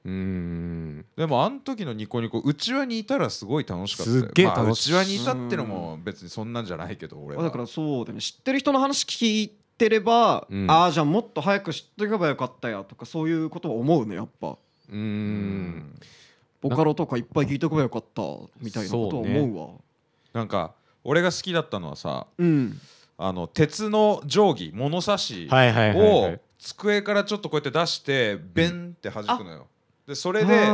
Speaker 3: うーん
Speaker 1: でもあの時のニコニコうちわにいたらすごい楽しかった
Speaker 3: すっげえ楽しい
Speaker 1: い、まあ、うちわにいたってのも別にそんなんじゃないけど俺は
Speaker 2: だからそうだよね知ってる人の話聞いてれば、
Speaker 3: うん
Speaker 2: ああじゃあもっと早く知っておけばよかったやとかそういうことは思うねやっぱ
Speaker 3: うー
Speaker 1: うんん
Speaker 2: ボカロとかいっぱい聞いておけばよかったみたいなことは思うわ
Speaker 1: なんか俺が好きだったのはさ
Speaker 2: うん
Speaker 1: あの鉄の定規物差し
Speaker 3: はいはいはいは
Speaker 1: を
Speaker 3: い
Speaker 1: 机からちょっとこうやって出してベンって弾くのよでそ
Speaker 2: そ
Speaker 1: れで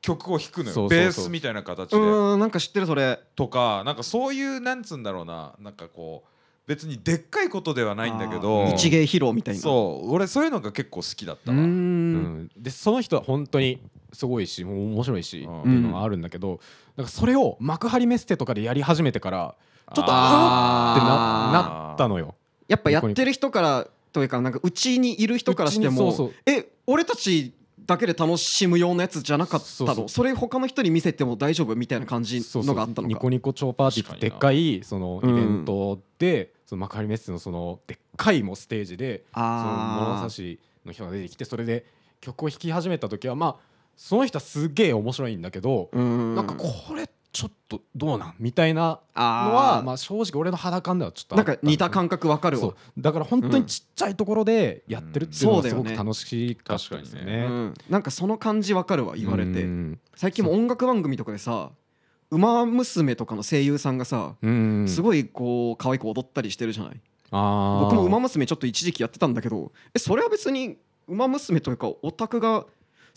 Speaker 1: 曲を弾くの
Speaker 3: そ
Speaker 1: よ
Speaker 3: うそうそう
Speaker 1: ベースみたいな形
Speaker 2: う
Speaker 1: で
Speaker 2: んなんか知ってるそれ
Speaker 1: とかなんかそういうなんつうんだろうななんかこう別にでっかいことではないんだけど
Speaker 2: あー一芸披露みたいな
Speaker 1: そう俺そういうのが結構好きだった
Speaker 2: う
Speaker 1: わ
Speaker 3: うんんでその人は本当にすごいしもう面白いし
Speaker 1: うん
Speaker 3: っていうのがあるんだけどなんかそれを幕張メッセとかでやり始めてからちょっとあ
Speaker 2: あー
Speaker 3: ーってななったのよ
Speaker 2: やっぱやってる人からというかなんかうちにいる人からして
Speaker 3: うち
Speaker 2: も
Speaker 3: にそうそう
Speaker 2: え俺たちだけで楽しむようなやつじゃなかったの
Speaker 3: そ
Speaker 2: そう
Speaker 3: そう
Speaker 2: れ他の人に見せても大丈夫みたいな感じ
Speaker 3: そうそ
Speaker 2: の
Speaker 3: う
Speaker 2: があったの
Speaker 3: ニ
Speaker 2: か
Speaker 3: コニコ超パーティーってでっかいそのイベントで、その幕張メッセのそのでっかいもうステージでその物
Speaker 2: あ
Speaker 3: 差しの人が出てきてそれで曲を弾き始めた時はまあその人はすげえ面白いんだけど、
Speaker 2: あな
Speaker 3: なんかこれちょっとどうなんみたいなのは
Speaker 2: あ
Speaker 3: まあ、正直俺の肌感ではちょっと
Speaker 2: ーな
Speaker 3: あっ
Speaker 2: んか
Speaker 3: たですね
Speaker 2: 似た感覚わかる
Speaker 3: そ
Speaker 2: わ
Speaker 3: うだから本当にちっちゃいところでやってるっていうの
Speaker 2: う
Speaker 3: は
Speaker 2: んそう
Speaker 3: す
Speaker 2: だ
Speaker 3: ご
Speaker 2: よ
Speaker 3: く
Speaker 2: ね
Speaker 3: 楽しかったですよ
Speaker 1: 確かに
Speaker 2: う
Speaker 3: ね。
Speaker 2: んなんかその感じわかるわ言われ
Speaker 3: う
Speaker 2: て
Speaker 3: ん
Speaker 2: 最近も音楽番組とかでさ「ウマ娘」とかの声優さんがさ
Speaker 3: うん、
Speaker 2: す
Speaker 3: い
Speaker 2: ごいこう可愛く踊ったりしてるじゃない
Speaker 3: あー
Speaker 2: 僕も「ウマ娘」ちょっと一時期やってたんだけどえそれは別に「ウマ娘」というかオタクが好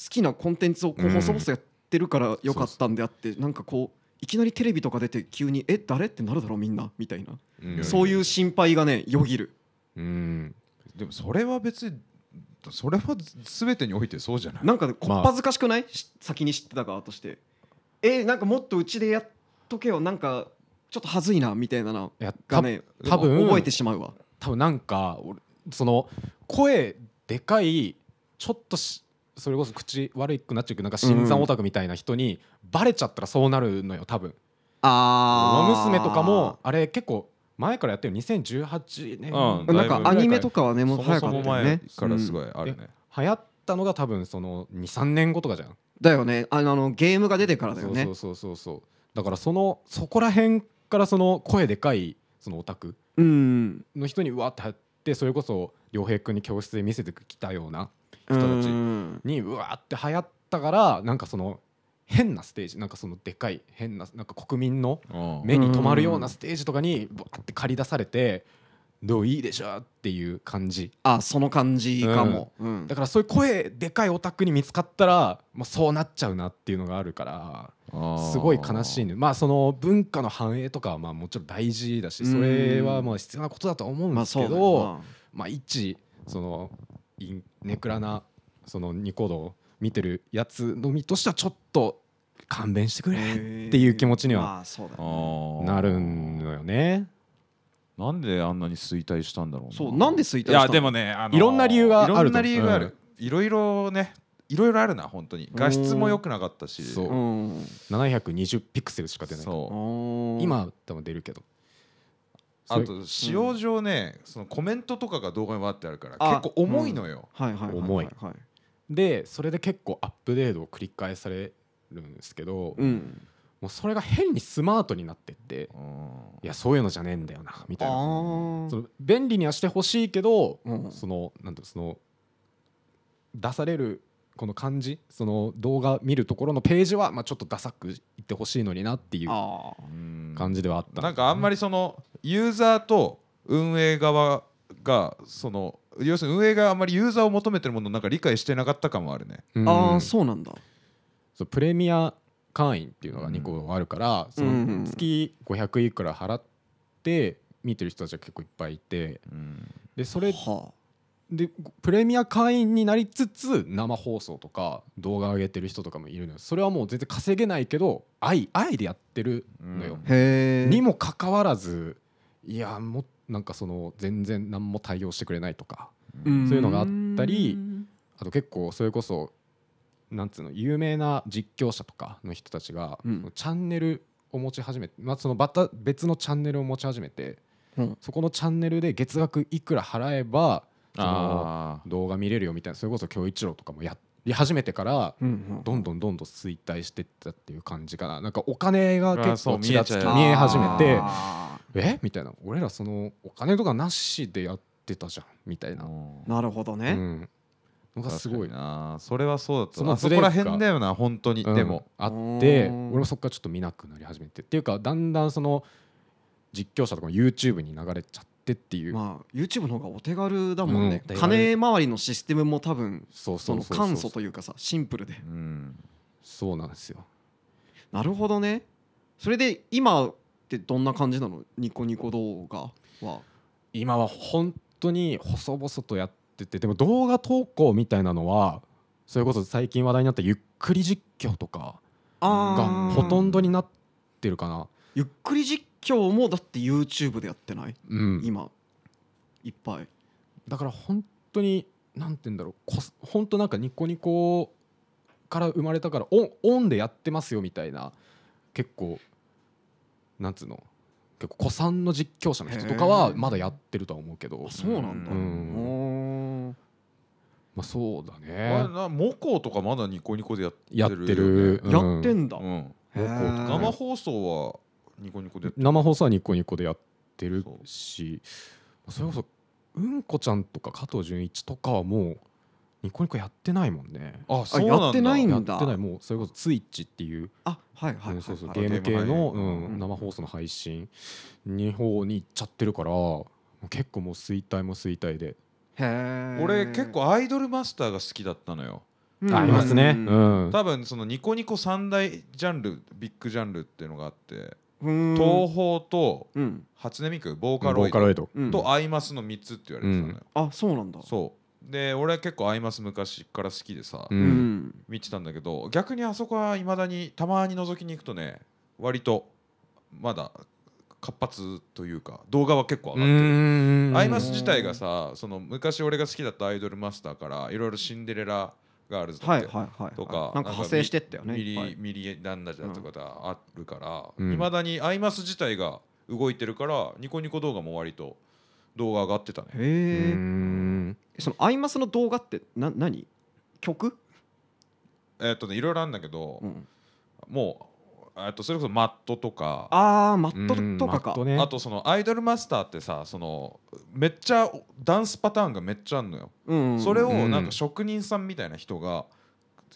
Speaker 2: きなコンテンツをこ
Speaker 3: う
Speaker 2: うん細々やってるからよかったんであってなんかこういきなりテレビとか出て急に「え誰?」ってなるだろうみんなみたいな
Speaker 3: うん
Speaker 2: そういう心配がねよぎる
Speaker 3: うん
Speaker 1: でもそれは別にそれは全てにおいてそうじゃない
Speaker 2: なんかこっぱずかしくない、し先に知ってた側としてえなんかもっとうちでやっとけよなんかちょっとはずいなみたいなの
Speaker 3: いや
Speaker 2: がね
Speaker 3: 多分
Speaker 2: 覚えてしまうわ
Speaker 3: 多分なんか俺その声でかいちょっとしそれこそ口悪くなっちゃうけどなんか新参オタクみたいな人にバレちゃったらそうなるのよ多分「ウマ
Speaker 2: あ
Speaker 3: 娘」とかもあれ結構前からやってる2018年
Speaker 1: うん
Speaker 3: ぐら
Speaker 2: ないん
Speaker 1: だいぶ
Speaker 2: かアニメとかはね
Speaker 1: そ
Speaker 2: もう
Speaker 1: も
Speaker 2: 早
Speaker 1: そ
Speaker 2: かった
Speaker 1: も
Speaker 2: よね
Speaker 1: 前からす
Speaker 2: うん
Speaker 1: ごいあるね
Speaker 3: 流行ったのが多分その23年後とかじゃん
Speaker 2: だよねあのあのゲームが出てからだよね
Speaker 3: そうそうそうそうそうだからそのそこら辺からその声でかいそのオタク
Speaker 2: うん
Speaker 3: の人にうわって入ってそれこそ良平君に教室で見せてきたような
Speaker 2: 人
Speaker 3: たちにうわーって流行ったからなんかその変なステージなんかそのでかい変ななんか国民の
Speaker 1: うん
Speaker 3: 目に留まるようなステージとかにぶわーって借り出されてどういいでしょっていう感じ
Speaker 2: あその感じかも、うん
Speaker 3: だからそういう声でかいオタクに見つかったら、まあ、そうなっちゃうなっていうのがあるからすごい悲しいねまあその文化の繁栄とかはまあもちろん大事だしそれはまあ必要なことだとは思うん
Speaker 2: ま
Speaker 3: で
Speaker 2: あ
Speaker 3: す
Speaker 2: そう
Speaker 3: け
Speaker 2: だ
Speaker 3: ど、
Speaker 2: よ
Speaker 3: まあ、一そのインネクラなそのニコ動を見てるやつの身としてはちょっと勘弁してくれっていう気持ちには
Speaker 2: まあそうだ
Speaker 1: あー
Speaker 3: なるのよね。
Speaker 1: なんであんなに衰退したんだろうな
Speaker 2: そうなんで衰退した
Speaker 1: い
Speaker 2: の
Speaker 1: やでもね、あのー
Speaker 3: いろんな理由があると
Speaker 1: いろんな理由がある、いろいろねいろいろあるな本当に画質も良くなかったし
Speaker 3: そう
Speaker 2: うん
Speaker 3: 720ピクセルしか出ないと
Speaker 1: そう
Speaker 3: 今多分出るけど
Speaker 1: あと使用上ね、そのコメントとかが動画にわってあるから
Speaker 2: あ
Speaker 1: 結構重いのよ、
Speaker 2: はいはいはいはい
Speaker 3: 重い
Speaker 2: はい
Speaker 3: でそれで結構アップデートを繰り返されるんですけど、
Speaker 2: うん
Speaker 3: もうそれが変にスマートになってっていやそういうのじゃねえんだよなみたい
Speaker 2: あ
Speaker 3: な
Speaker 2: ー
Speaker 3: その便利にはしてほしいけど、
Speaker 2: うん
Speaker 3: そのなんていうのその出されるこの感じその動画見るところのページは、まあ、ちょっとダサくいってほしいのになっていう
Speaker 2: あー
Speaker 1: うん
Speaker 3: 感じではあった
Speaker 1: なんかあんま
Speaker 3: り
Speaker 1: りそのユーザーと運営側がその要するに運営があんまりユーザーを求めてるものをなんか理解してなかった感もあるね。
Speaker 2: あーそうなんだ
Speaker 3: そうプレミア会員っていうのが2個あるから、そ
Speaker 2: うんうんう
Speaker 3: の
Speaker 2: ん
Speaker 3: 月500いくら払って見てる人たちが結構いっぱいいてでそれ
Speaker 2: は
Speaker 3: でプレミア会員になりつつ生放送とか動画上げてる人とかもいるのよそれはもう全然稼げないけど愛愛でやってるのよ、
Speaker 2: あへえ
Speaker 3: にもかかわらずいやもうなんかその全然何も対応してくれないとか
Speaker 1: うん
Speaker 3: そういうのがあったりあと結構それこそなんつうの有名な実況者とかの人たちが、
Speaker 2: うん
Speaker 3: そのチャンネルを持ち始めて、まあ、そのまた別のチャンネルを持ち始めて、
Speaker 2: うん
Speaker 3: そこのチャンネルで月額いくら払えばその
Speaker 1: あ
Speaker 3: 動画見れるよみたいなそれこそ京一郎とかもやり始めてから
Speaker 2: うんうん
Speaker 3: どんどんどんどん衰退してったっていう感じかななんかお金が
Speaker 1: あー
Speaker 3: 結
Speaker 1: そう
Speaker 3: 構ちらつき
Speaker 1: 見えちゃう
Speaker 3: 見え始めて
Speaker 2: あ
Speaker 3: えみたいな俺らそのお金とかなしでやってたじゃんみたいな、
Speaker 2: ーなるほど
Speaker 3: う
Speaker 2: ね
Speaker 3: ん、のがすごい
Speaker 1: なそれはそうだった
Speaker 3: その
Speaker 1: あそ
Speaker 3: ズ
Speaker 1: こ
Speaker 3: レが
Speaker 1: ら辺だよな本当に、
Speaker 3: うん
Speaker 1: でも
Speaker 3: あって
Speaker 2: うーん
Speaker 3: 俺もそっからちょっと見なくなり始めてっていうかだんだんその実況者とかも YouTube に流れちゃってっていう、
Speaker 2: まあ YouTube の方がお手軽だもんね
Speaker 3: うん
Speaker 2: 金回りのシステムも多分
Speaker 3: そう
Speaker 2: そ
Speaker 3: そう
Speaker 2: の
Speaker 3: そう
Speaker 2: 簡素と
Speaker 3: いう
Speaker 2: いうかさシンプルで
Speaker 1: うん
Speaker 3: そうなんですよ
Speaker 2: なるほどねそれで今ってどんな感じなのニコニコ動画は
Speaker 3: 今は本当に細々とやっててでも動画投稿みたいなのはそれこそ最近話題になったゆっくり実況とかが
Speaker 2: あー
Speaker 3: ほとんどになってるかな
Speaker 2: ゆっくり実況もだって YouTube でやってない
Speaker 3: うん
Speaker 2: 今いっぱい
Speaker 3: だから本当になんて言うんだろうこす本当なんかニコニコから生まれたからオンオンでやってますよみたいな結構なんつうの結構古参の実況者の人とか
Speaker 2: へ
Speaker 3: は
Speaker 2: ー
Speaker 3: まだやってるとは思うけど
Speaker 2: あ、そうなんだ
Speaker 1: うん
Speaker 2: おー
Speaker 3: まあ、そうだ
Speaker 1: あれ
Speaker 3: ね
Speaker 1: なモコとかまだニコニコでやってる
Speaker 3: や
Speaker 1: よ
Speaker 3: っ
Speaker 1: ね
Speaker 3: てる、う
Speaker 2: やってんだ
Speaker 1: うん
Speaker 2: へー
Speaker 3: もうこう
Speaker 1: 生放送はニコニコでやってる
Speaker 3: 生放送はニコニコでやってるしそれこそうんこちゃんとか加藤純一とかはもうニコニコやってないもんね
Speaker 1: あ
Speaker 2: あやってないんだ
Speaker 3: やってないもうそれこそツイッチっていう
Speaker 2: あはいはいはい、
Speaker 3: うんそうそう
Speaker 2: はい
Speaker 3: ゲーム系
Speaker 1: ゲーム
Speaker 3: の、
Speaker 1: 配
Speaker 3: うん
Speaker 2: うん
Speaker 3: 生放送の配信に方に行っちゃってるから結構もう衰退も衰退で
Speaker 2: へー
Speaker 1: 俺結構アイドルマスターが好きだったのよ
Speaker 2: うん
Speaker 3: ありますねう
Speaker 2: うん
Speaker 3: ん
Speaker 1: 多分そのニコニコ三大ジャンルビッグジャンルっていうのがあって
Speaker 2: うん
Speaker 1: 東宝と
Speaker 2: うん
Speaker 1: 初音ミクボー
Speaker 3: ボ
Speaker 1: カロ
Speaker 3: ー
Speaker 1: イ
Speaker 3: カ
Speaker 1: ド
Speaker 3: ロイド
Speaker 2: うん
Speaker 1: とアイマスの3つって言われてたのよ、
Speaker 2: あそうなんだ
Speaker 1: そうで俺は結構アイマス昔から好きでさ、
Speaker 3: う
Speaker 2: うんん
Speaker 1: 見てたんだけど逆にあそこはいまだにたまに覗きに行くとね割とまだ活発というか動画は結構上がってる、アイマス自体がさその昔俺が好きだったアイドルマスターからいろいろシンデレラガールズとか
Speaker 2: はい
Speaker 1: っ
Speaker 2: はい
Speaker 1: て
Speaker 2: はいはい
Speaker 1: とか
Speaker 2: なんか派生してったよね
Speaker 1: ミリ
Speaker 2: いっぱい
Speaker 1: ミリなんだじゃとかがあるから
Speaker 3: うん
Speaker 1: いま、未だにアイマス自体が動いてるからニコニコ動画も割と動画上がってたね
Speaker 3: う
Speaker 2: へえ
Speaker 3: ん
Speaker 2: そのアイマスの動画ってな何曲、
Speaker 1: えっとねいろいろあるんだけど、
Speaker 2: うん、
Speaker 1: もうえっとそれこそマットとかあ
Speaker 2: あーマ
Speaker 3: うん
Speaker 2: ットとか
Speaker 3: マッ
Speaker 2: か
Speaker 3: トね
Speaker 1: とそのアイドルマスターってさそのめっちゃダンスパターンがめっちゃあるのよ、
Speaker 2: うんうん
Speaker 1: それを
Speaker 3: うん
Speaker 1: なんか職人さんみたいな人が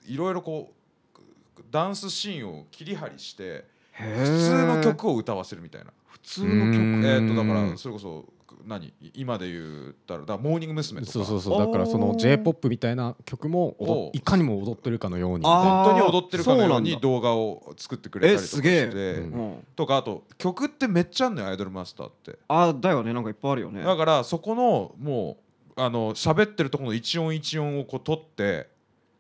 Speaker 1: いろいろこうダンスシーンを切り張りして
Speaker 2: へ
Speaker 1: 普
Speaker 2: ー
Speaker 1: 通の曲を歌わせるみたいな
Speaker 2: 普通の曲
Speaker 3: うん
Speaker 1: えー、とだからそれこそ何今で言ったらだからモーニング娘。とか
Speaker 3: そうそうそうだからそ
Speaker 2: お
Speaker 3: の
Speaker 2: ー
Speaker 3: j p o p みたいな曲も踊っ
Speaker 1: お
Speaker 3: いかにも踊ってるかのようにみたい
Speaker 2: あ
Speaker 3: な
Speaker 1: 本当に踊ってるかのよう
Speaker 2: そうな
Speaker 1: に
Speaker 2: んだ
Speaker 1: 動画を作ってくれたりとか
Speaker 2: え
Speaker 1: し
Speaker 2: す
Speaker 1: て
Speaker 2: げえ
Speaker 3: うん
Speaker 2: うん
Speaker 1: とかあと曲ってめっちゃあんのよアイドルマスターって
Speaker 2: あーだよねなんかいっぱいあるよね
Speaker 1: だからそこのもうあの喋ってるところの一音一音をこう取って、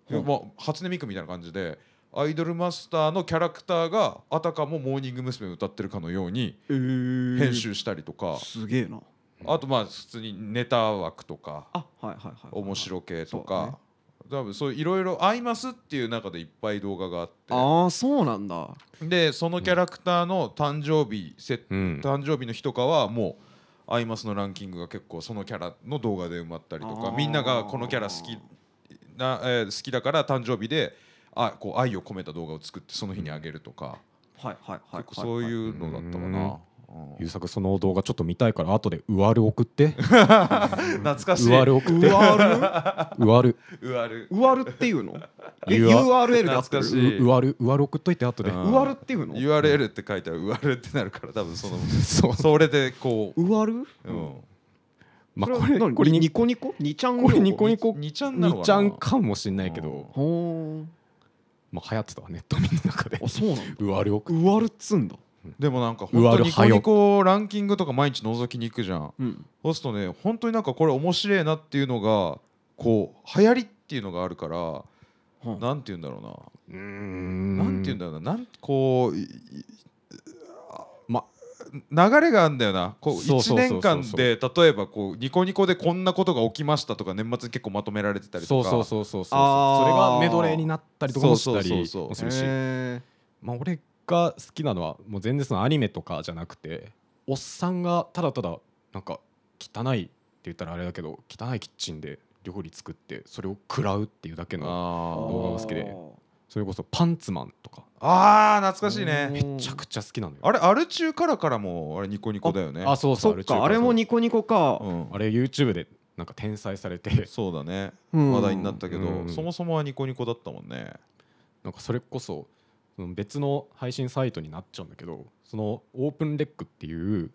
Speaker 2: うん
Speaker 1: まあ、初音ミクみたいな感じでアイドルマスターのキャラクターがあたかもモーニング娘。を歌ってるかのように編
Speaker 2: 編
Speaker 1: 集したりとか、
Speaker 2: すげえな
Speaker 1: あとまあ普通にネタ枠とか
Speaker 2: あはいはいはいはい
Speaker 1: 面白系と
Speaker 2: そう
Speaker 1: か、多分そういろいろ「合います」っていう中でいっぱい動画があっ
Speaker 2: ああそうなんだ
Speaker 1: てでそのキャラクターの誕生日設定
Speaker 3: うん
Speaker 1: 誕生日の日とかはもう「アイマス」のランキングが結構そのキャラの動画で埋まったりと
Speaker 2: あ
Speaker 1: か
Speaker 2: ー
Speaker 1: みんながこのキャラ好きな、えー好きだから誕生日であこう愛を込めた動画を作ってその日にあげるとか、
Speaker 2: はいはいはいはい
Speaker 1: 結構そういううのだったかな。う
Speaker 3: 優
Speaker 1: ん
Speaker 3: 作その動画ちょっと見たいから後でうわる送って
Speaker 1: 懐かし
Speaker 3: う
Speaker 1: い。
Speaker 3: わる送
Speaker 2: [LAUGHS]
Speaker 3: って
Speaker 2: うわ
Speaker 3: うわる
Speaker 1: うわる。
Speaker 2: るうわるっていうのえ
Speaker 3: UR
Speaker 2: URL で合
Speaker 1: 懐
Speaker 2: って
Speaker 1: か
Speaker 2: る
Speaker 1: しいう
Speaker 3: わるうわる送っといて後で
Speaker 1: う
Speaker 2: うんわるっていうの
Speaker 1: URL って書いたらうわるってなるから多分その
Speaker 3: そう
Speaker 1: それでこ
Speaker 2: うわる
Speaker 1: う。うん
Speaker 3: まあ
Speaker 2: そ
Speaker 3: こ
Speaker 2: は
Speaker 3: れ
Speaker 2: 何
Speaker 3: こ
Speaker 2: こ
Speaker 3: れ
Speaker 2: れ
Speaker 3: に
Speaker 2: ニコニコニちゃん
Speaker 3: これニコニコ
Speaker 1: にちゃんなのか
Speaker 3: に
Speaker 1: な
Speaker 3: ちゃんかもしんないけ
Speaker 1: うん
Speaker 3: ど
Speaker 2: ほ
Speaker 3: まあ流行ってたわネット民の中で
Speaker 2: ーんあそうなんだ
Speaker 3: うわる送っ
Speaker 2: うわるっつんだ
Speaker 1: でもなんか
Speaker 3: う
Speaker 1: 本当
Speaker 3: わる
Speaker 1: にニ
Speaker 3: は
Speaker 1: コ
Speaker 3: よ
Speaker 1: ニコランキングとか毎日覗きに行くじゃん。
Speaker 2: うん
Speaker 1: そうするとね本当になんかこれ面白いなっていうのがこう流行りっていうのがあるから
Speaker 2: はあ
Speaker 1: なんて言うんだろ
Speaker 3: うー
Speaker 1: うんな、なんて言うんだろうななんこういい
Speaker 3: ま
Speaker 1: 流れがあるんだよなこう
Speaker 3: そう
Speaker 1: 1
Speaker 3: そうそうそ
Speaker 1: 年
Speaker 3: う
Speaker 1: 間で例えばこうニコニコでこんなことが起きましたとか年末に結構まとめられてたりと
Speaker 3: そう
Speaker 1: か
Speaker 3: そうそうそうそうそれ
Speaker 2: あー
Speaker 3: がメドレーになったりとかもした
Speaker 1: そう
Speaker 3: り
Speaker 1: そうそうそう
Speaker 3: もするし、
Speaker 2: へ
Speaker 3: まあ、俺が好きなのはもう全然そのアニメとかじゃなくておっさんがただただなんか汚いって言ったらあれだけど汚いキッチンで料理作ってそれを食らうっていうだけの
Speaker 2: ー
Speaker 3: 動
Speaker 1: あ
Speaker 3: 画が好きでそれこそパンツマンとか
Speaker 1: あー懐かしいね
Speaker 3: めちゃくちゃ好きなのよ
Speaker 1: あれアル中からからもあれニコニコだよね
Speaker 3: あそうそ
Speaker 2: そ
Speaker 3: う
Speaker 2: っ
Speaker 3: れ中華
Speaker 2: かあれもニコニコか
Speaker 1: うん
Speaker 3: あれ YouTube でなんか転載されて
Speaker 1: そうだね
Speaker 2: うん
Speaker 1: 話題になったけど、
Speaker 3: うん
Speaker 1: そもそもはニコニコだったもんね
Speaker 3: なんかそれこそその別の配信サイトになっちゃうんだけどそのオープンレックっていう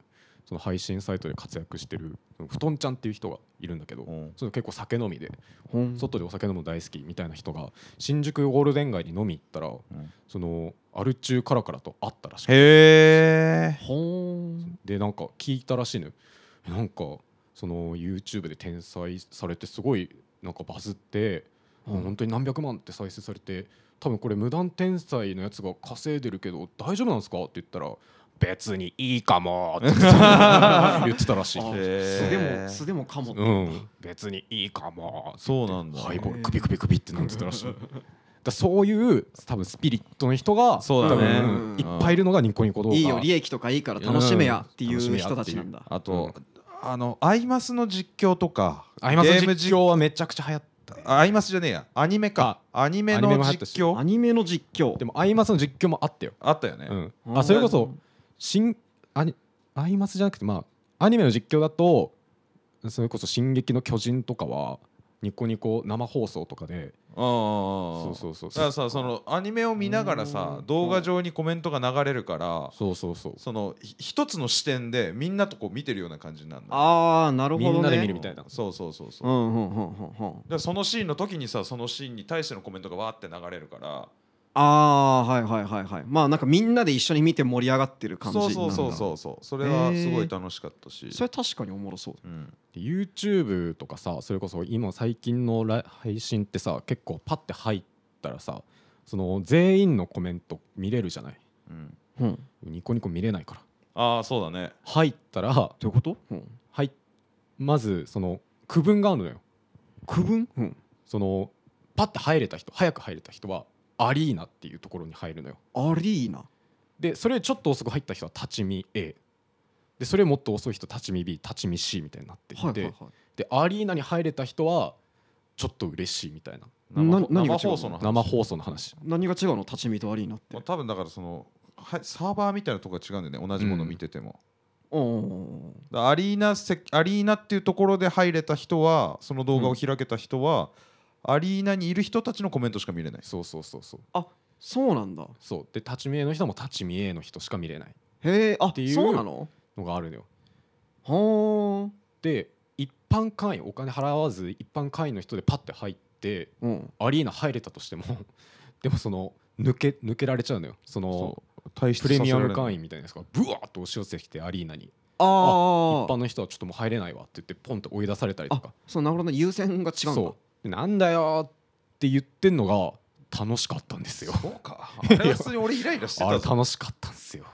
Speaker 3: その配信サイトで活躍してるその布団ちゃんっていう人がいるんだけど、
Speaker 1: うん
Speaker 3: その結構酒飲みで
Speaker 2: ほん
Speaker 3: 外でお酒飲むの大好きみたいな人が新宿ゴールデン街に飲み行ったら、
Speaker 1: ん
Speaker 3: そのアル中カラカラと会ったらしくて
Speaker 1: へえ
Speaker 2: ほーん
Speaker 3: でなんか聞いたらしいのよなんかその YouTube で転載されてすごいなんかバズって、
Speaker 2: うん
Speaker 3: 本当に何百万って再生されて多分これ無断転載のやつが稼いでるけど大丈夫なんですかって言ったら別にいいかもって言ってたらし
Speaker 2: [LAUGHS]
Speaker 3: い
Speaker 2: あ素で
Speaker 1: へー
Speaker 2: も素でもかも
Speaker 3: うん、別にいいかも
Speaker 1: そうなんだ
Speaker 3: ハイボールクビクビクビってなんつってらっしゃるだそういう多分スピリットの人が
Speaker 1: そうだね
Speaker 3: 多分いっぱいいるのがニコニコ動画
Speaker 2: いいよ利益とかいいから楽しめやっていう人たちなんだ
Speaker 1: あと、あのアイマスの実況とか
Speaker 3: アイマス
Speaker 1: ゲーム
Speaker 3: 実況はめちゃくちゃ流行った
Speaker 1: あアイマスじゃねえやアニメかアニメ
Speaker 3: アニメ
Speaker 1: の
Speaker 3: も流行ったし
Speaker 1: 実況
Speaker 2: アニメの実況
Speaker 3: でもアイマスの実況もあったよ、
Speaker 1: あったよね、
Speaker 3: うんあそれこそ新アニアイマスじゃなくてまあアニメの実況だとそれこそ「進撃の巨人」とかはニコニコ生放送とかで
Speaker 1: ああ
Speaker 3: そうそうそう
Speaker 1: だからさそのアニメを見ながらさ
Speaker 2: うん
Speaker 1: 動画上にコメントが流れるから
Speaker 3: そうそうそう
Speaker 1: そのひ一つの視点でみんなとこう見てるような感じになるんだ
Speaker 2: ああなるほどね
Speaker 3: みんなで見るみたいな
Speaker 1: そうそうそうそう
Speaker 2: う、んうんうんうんうん
Speaker 1: でそのシーンの時にさそのシーンに対してのコメントがわーって流れるから
Speaker 2: ああーはいはいはいはいまあなんかみんなで一緒に見て盛り上がってる感じ
Speaker 1: そうそうそう
Speaker 2: う
Speaker 1: そうそうそれはすごい楽しかったし、
Speaker 2: それ確かにおもろそう
Speaker 1: うん、
Speaker 3: YouTube とかさそれこそ今最近のラ配信ってさ結構パッて入ったらさその全員のコメント見れるじゃない
Speaker 1: うん、
Speaker 2: うんど
Speaker 3: ニコニコ見れないから
Speaker 1: ああそうだね
Speaker 3: 入ったら
Speaker 2: ういうことうん
Speaker 3: はいまずその区分があるのよ
Speaker 2: 区分うん
Speaker 3: そのパッて入れた人早く入れた人はアリーナっていうところに入るのよ
Speaker 2: アリーナ
Speaker 3: でそれよりちょっと遅く入った人は立ち見 A でそれよりもっと遅い人立ち見 B 立ち見 C みたいになっていて、
Speaker 2: はいはいはい
Speaker 3: でアリーナに入れた人はちょっと嬉しいみたいな
Speaker 1: 生
Speaker 2: な
Speaker 1: 放
Speaker 2: 何が違うの
Speaker 1: 生放送の話
Speaker 3: 生放送の話
Speaker 2: 何が違うの立ち見とアリーナって
Speaker 1: まあ、多分だからそのはサーバーみたいなとこが違うんだよね同じもの見てても、
Speaker 2: うん
Speaker 1: だからアリーナせアリーナっていうところで入れた人はその動画を開けた人は、アリーナにいる人たちのコメントしか見れない
Speaker 3: そうそうそうそう
Speaker 2: そうなんだ
Speaker 3: そうで立ち見 A の人も立ち見 A の人しか見れない
Speaker 2: へえあ
Speaker 3: ていう
Speaker 2: そうなの
Speaker 3: のがあるのよ
Speaker 2: はあ
Speaker 3: で一般会員お金払わず一般会員の人でパッて入って
Speaker 2: うん
Speaker 3: アリーナ入れたとしても [LAUGHS] でもその抜け抜けられちゃうのよその
Speaker 1: 体
Speaker 3: プレミアム会員みたいなやつがブワーッと押し寄せてきてアリーナに
Speaker 2: ああ
Speaker 3: 一般の人はちょっともう入れないわって言ってポンと追い出されたりと
Speaker 2: あ
Speaker 3: か
Speaker 2: そうなるほどね優先が違うんだ
Speaker 3: そうでなんだよって言ってんのが楽しかったんですよ
Speaker 1: そうかあれは普通に俺イライラして
Speaker 3: [LAUGHS] あれ
Speaker 1: たぞ
Speaker 3: 楽しかったんですよ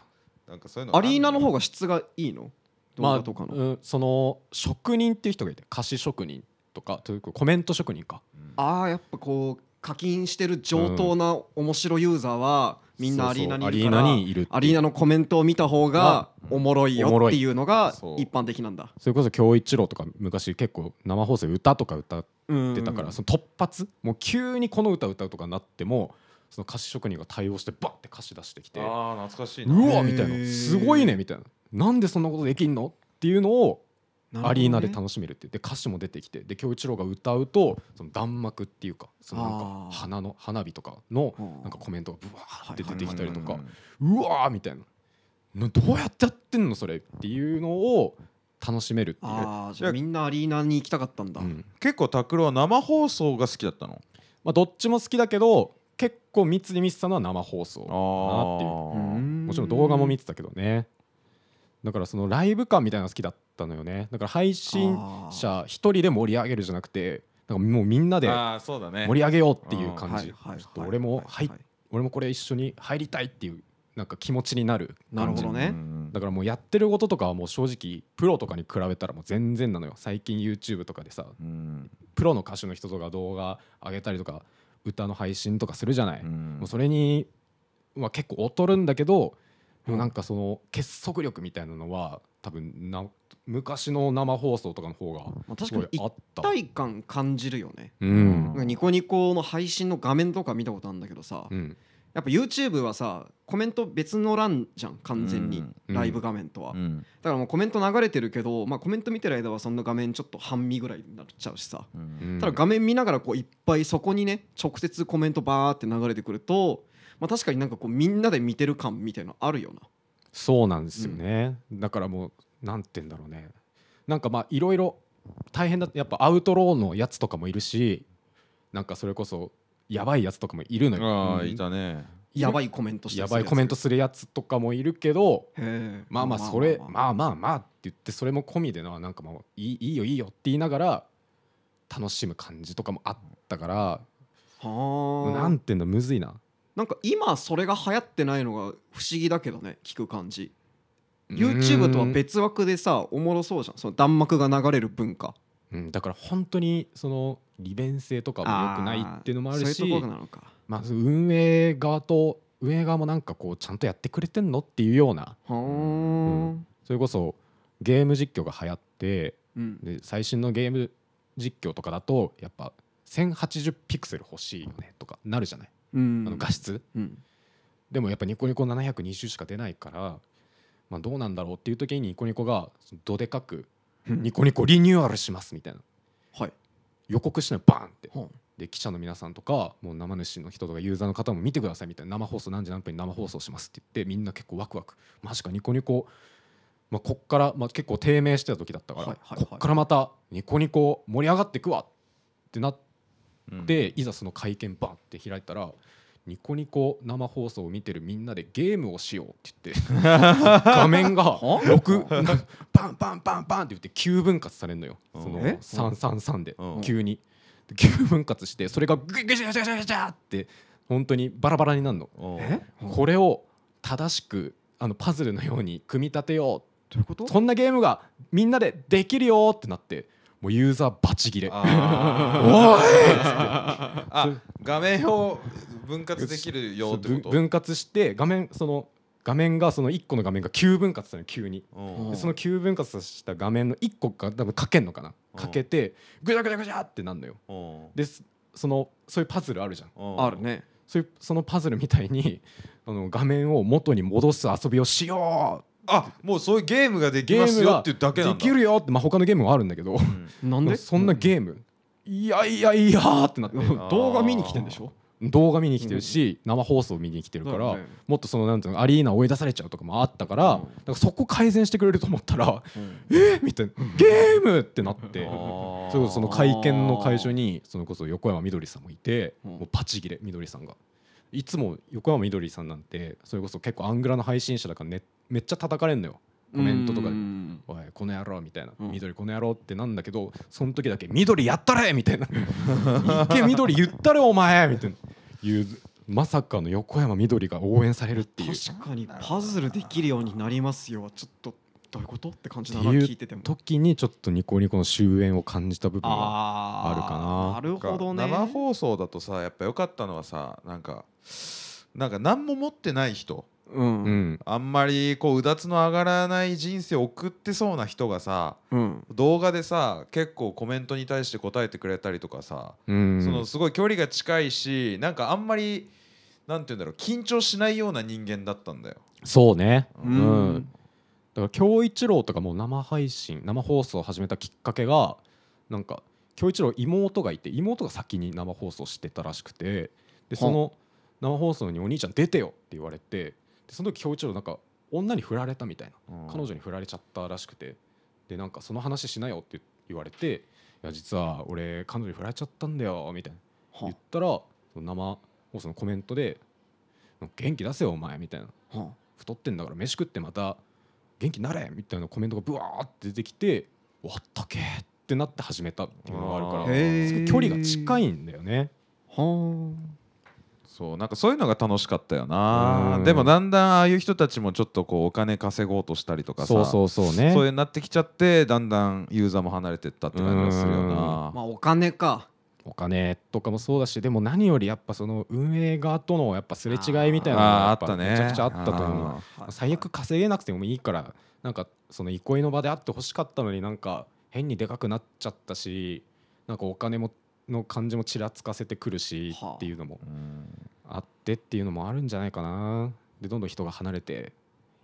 Speaker 1: なんかそういうの
Speaker 2: アリーナの方
Speaker 1: が
Speaker 2: が質がいいの動
Speaker 3: まあ
Speaker 2: 画とかの、
Speaker 3: うんその職人っていう人がいて歌詞職人とかというかコメント職人か
Speaker 2: ああやっぱこう課金してる上等な面白ユーザーはみんなアリーナにい
Speaker 3: そう
Speaker 2: る
Speaker 3: そう
Speaker 2: から
Speaker 3: アリーナにいるっていう
Speaker 2: アリーナのコメントを見た方がおもろいよ
Speaker 3: おもろ
Speaker 2: っ
Speaker 3: い
Speaker 2: ていうのが
Speaker 1: そう
Speaker 2: 一般的なんだ
Speaker 3: それこそ京一郎とか昔結構生放送で歌とか歌っ
Speaker 2: 出
Speaker 3: てたから、その突発もう急にこの歌歌うとかなってもその歌詞職人が対応してバッて歌詞出してきてう
Speaker 1: ああ懐かしいな
Speaker 3: わ
Speaker 2: へー
Speaker 3: みたいなすごいねみたいななんでそんなことできんのっていうのをアリーナで楽しめるって言って歌詞も出てきてで京一郎が歌うとその弾幕っていうかそのなん
Speaker 2: あー
Speaker 3: か花の花火とかの
Speaker 2: うん
Speaker 3: なんかコメントがブワーって出てきたりと
Speaker 1: う
Speaker 3: か
Speaker 1: ん
Speaker 3: うわーみたいななどうやってやってんのそれっていうのを楽しめるっていう。
Speaker 2: ああじゃあみんなアリーナに行きたかったんだ、
Speaker 3: うん
Speaker 1: 結構拓郎は生放送が好きだったの
Speaker 3: まあ、どっちも好きだけど結構密に見てたのは生放送かな
Speaker 1: あー
Speaker 3: っていうもちろん動画も見てたけどねだからそのライブ感みたいなの好きだったのよねだから配信者一人で盛り上げるじゃなくてなんかもうみんなで
Speaker 1: あーそうだね
Speaker 3: 盛り上げようっていう感
Speaker 2: はい
Speaker 3: じ、
Speaker 2: はいはい
Speaker 3: ちょっと俺も入っ
Speaker 2: はい
Speaker 3: 俺もこれ一緒に入りたいっていうなんか気持ちになる
Speaker 2: なる
Speaker 3: 感
Speaker 2: ほ
Speaker 3: じ
Speaker 2: どね
Speaker 1: うんうんうん
Speaker 3: だからもうやってることとかはもう正直プロとかに比べたらもう全然なのよ最近 YouTube とかでさ
Speaker 1: うん
Speaker 3: プロの歌手の人とか動画上げたりとか歌の配信とかするじゃない、
Speaker 1: うん
Speaker 3: もうそれには結構劣るんだけどでもなんかその結束力みたいなのは多分な昔の生放送とかの方
Speaker 2: まあ
Speaker 3: が
Speaker 2: 確
Speaker 3: す
Speaker 2: かに
Speaker 3: ごいあった、
Speaker 2: 一体感感じるよね
Speaker 3: うん
Speaker 2: なんかニコニコの配信の画面とか見たことあるんだけどさ、
Speaker 3: うん
Speaker 2: やっぱ YouTube はさコメント別の欄じゃん完全に、
Speaker 3: うん
Speaker 2: ライブ画面とは、
Speaker 1: う
Speaker 2: だ
Speaker 1: ん
Speaker 2: からもうコメント流れてるけど、まあ、コメント見てる間はそんな画面ちょっと半身ぐらいになっちゃうしさ、
Speaker 1: う
Speaker 3: うんん
Speaker 2: ただ画面見ながらこういっぱいそこにね直接コメントバーって流れてくると、まあ、確かになんかこうみんなで見てる感みたいのあるよな
Speaker 3: そうなんですよね、だからもうなんて言うんだろうねなんかまあいろいろ大変だやっぱアウトローのやつとかもいるしなんかそれこそやばいやつとかもいるのよ
Speaker 1: ああいたね
Speaker 2: やばいコメントして
Speaker 3: やばいコメントするやつとかもいるけど
Speaker 2: へー
Speaker 3: まあまあそれまあまあまあって言ってそれも込みでななんかもういいいいよいいよって言いながら楽しむ感じとかもあったから
Speaker 2: はあ
Speaker 3: なんていうのむずいな
Speaker 2: なんか今それが流行ってないのが不思議だけどね聞く感じ
Speaker 3: うん
Speaker 2: YouTube とは別枠でさおもろそうじゃんその弾幕が流れる文化
Speaker 3: うんだから本当にその利便性とかも良くないっていうのもある
Speaker 2: ーそう
Speaker 3: し
Speaker 2: いうとこなのか
Speaker 3: まあ運営側と運営側もなんかこうちゃんとやってくれてんのっていうような
Speaker 2: はあ、
Speaker 3: んそれこそゲーム実況が流行って
Speaker 2: うん
Speaker 3: で最新のゲーム実況とかだとやっぱ1080ピクセル欲しいよねとかなるじゃない、
Speaker 2: うん
Speaker 3: あの画質
Speaker 2: うん
Speaker 3: でもやっぱニコニコ720しか出ないから、まあ、どうなんだろうっていう時にニコニコがそのどでかく「ニコニコリニューアルします」みたいな
Speaker 2: はい
Speaker 3: 予告しないバーンって
Speaker 2: は
Speaker 3: で記者の皆さんとかもう生主の人とかユーザーの方も見てくださいみたいな生放送何時何分に生放送しますって言ってみんな結構ワクワクマジかニコニコ、まあ、こっから、まあ、結構低迷してた時だったから、
Speaker 2: はいはいはい
Speaker 3: こっからまたニコニコ盛り上がっていくわってなっ
Speaker 1: うん
Speaker 3: でいざその会見バンって開いたらニコニコ生放送を見てるみんなでゲームをしようって
Speaker 2: [LAUGHS]
Speaker 3: 言って画面が6バンバンバンバンって言って9分割されるのよ
Speaker 1: うん
Speaker 3: その
Speaker 2: え
Speaker 3: 333で
Speaker 1: うん
Speaker 3: 急にで9分割してそれがグジャグジャグジャグジャって本当にバラバラになるの
Speaker 1: おう
Speaker 2: え
Speaker 3: これを正しくあのパズルのように組み立てよ
Speaker 2: どういうこと
Speaker 3: うそんなゲームがみんなでできるよってなってもうユーザーバチギレ
Speaker 1: あー
Speaker 3: そ
Speaker 1: あ
Speaker 3: う
Speaker 1: 画面を分割できるよってこと
Speaker 3: 分分割して画面その画面がその1個の画面が9分割したの急に
Speaker 1: うん
Speaker 3: でその9分割した画面の1個が多分かけんのかな
Speaker 1: うん
Speaker 3: かけてぐちゃぐちゃぐちゃってなんのよ
Speaker 1: うん
Speaker 3: でそそのそういうパズルあるじゃん
Speaker 1: うん
Speaker 2: あるね
Speaker 3: そういうそのパズルみたいに [LAUGHS] あの画面を元に戻す遊びをしよ
Speaker 1: あもうそういうゲームがで
Speaker 3: う
Speaker 1: き
Speaker 3: ゲ
Speaker 1: ま
Speaker 3: ー
Speaker 1: す
Speaker 3: ム
Speaker 1: よ
Speaker 3: が
Speaker 1: っていうだけ
Speaker 3: で
Speaker 1: なんだ
Speaker 3: きるよってまあ他のゲームはあるんだけど
Speaker 1: うん
Speaker 2: なんで
Speaker 3: そんなゲームいやいやいやーってなって
Speaker 2: うん動画見に来てんでしょ
Speaker 3: 動画見に来てるし生放送見に来てるか
Speaker 2: だよ
Speaker 3: ら
Speaker 2: ね
Speaker 3: もっとそのなんていうのアリーナ追い出されちゃうとかもあったから
Speaker 2: うん
Speaker 3: だからそこ改善してくれると思ったら
Speaker 1: うん
Speaker 3: え [LAUGHS] みたいなゲームってなって
Speaker 1: あー
Speaker 3: それこそその会見の会場にそれこそ横山みどりさんもいて
Speaker 2: うん
Speaker 3: もうパチ切れみどりさんがいつも横山みどりさんなんてそれこそ結構アングラの配信者だからねめっちゃ叩かれんのよコメントとか
Speaker 2: う
Speaker 3: で
Speaker 2: ん
Speaker 3: おいこの野郎みたいな
Speaker 2: うん
Speaker 3: 緑この野郎ってなんだけどその時だけ緑やったれみたいないけ緑言ったれお前みたいないうまさかの横山みどりが応援されるっていう
Speaker 2: 確かにパズルできるようになりますよはちょっとどういうことって感じだな
Speaker 3: っていう
Speaker 2: 聞いてても
Speaker 3: 時にちょっとニコニコの終焉を感じた部分が
Speaker 2: あー
Speaker 3: あるかな
Speaker 2: なるほどね
Speaker 1: 生放送だとさやっぱ良かったのはさなんかなんか何も持ってない人
Speaker 2: うん
Speaker 3: う
Speaker 2: うん
Speaker 3: ん
Speaker 1: あんまりこううだつの上がらない人生を送ってそうな人がさ
Speaker 2: うん
Speaker 1: 動画でさ結構コメントに対して答えてくれたりとかさ、
Speaker 3: うん
Speaker 1: そのすごい距離が近いしなんかあんまりなんて言うんだろう緊張しないような人間だったんだよ。
Speaker 3: そうね
Speaker 1: う
Speaker 3: うんだから京一郎とかも生配信生放送を始めたきっかけがなんか京一郎妹がいて妹が先に生放送してたらしくてでその生放送に「お兄ちゃん出てよ」って言われてでその時京一郎なんか女に振られたみたいな彼女に振られちゃったらしくてでなんかその話しなよって言われて「いや実は俺彼女に振られちゃったんだよ」みたいな言ったらその生放送のコメントで「元気出せよお前」みたいな
Speaker 2: は
Speaker 3: 太ってんだから飯食ってまた元気になれみたいなコメントがブワーって出てきて「わったけ!」ってなって始めたっていうのがある
Speaker 1: あ
Speaker 3: か
Speaker 1: ー
Speaker 3: ら
Speaker 2: へー
Speaker 3: すごい距離が近いんだよね。
Speaker 2: は
Speaker 1: そうなんかそういうのが楽しかったよな
Speaker 3: うん
Speaker 1: でもだんだんああいう人たちもちょっとこうお金稼ごうとしたりとかさ
Speaker 3: そうそうそうね
Speaker 1: そういうなってきちゃってだんだんユーザーも離れてったって感じがするよな
Speaker 2: まあお金か
Speaker 3: お金とかもそうだしでも何よりやっぱその運営側とのやっぱすれ違いみたいな
Speaker 1: あー
Speaker 3: のがや
Speaker 1: あっ
Speaker 3: ぱ
Speaker 1: たね
Speaker 3: めちゃくちゃあったと思う
Speaker 1: あ
Speaker 2: はい
Speaker 3: 最悪稼げなくてもいいからなんかその憩いの場であってほしかったのになんか変にでかくなっちゃったしなんかお金もの感じもちらつかせてくるし
Speaker 2: はあ
Speaker 3: っていうのも
Speaker 1: うん
Speaker 3: あってっていうのもあるんじゃないかなでどんどん人が離れて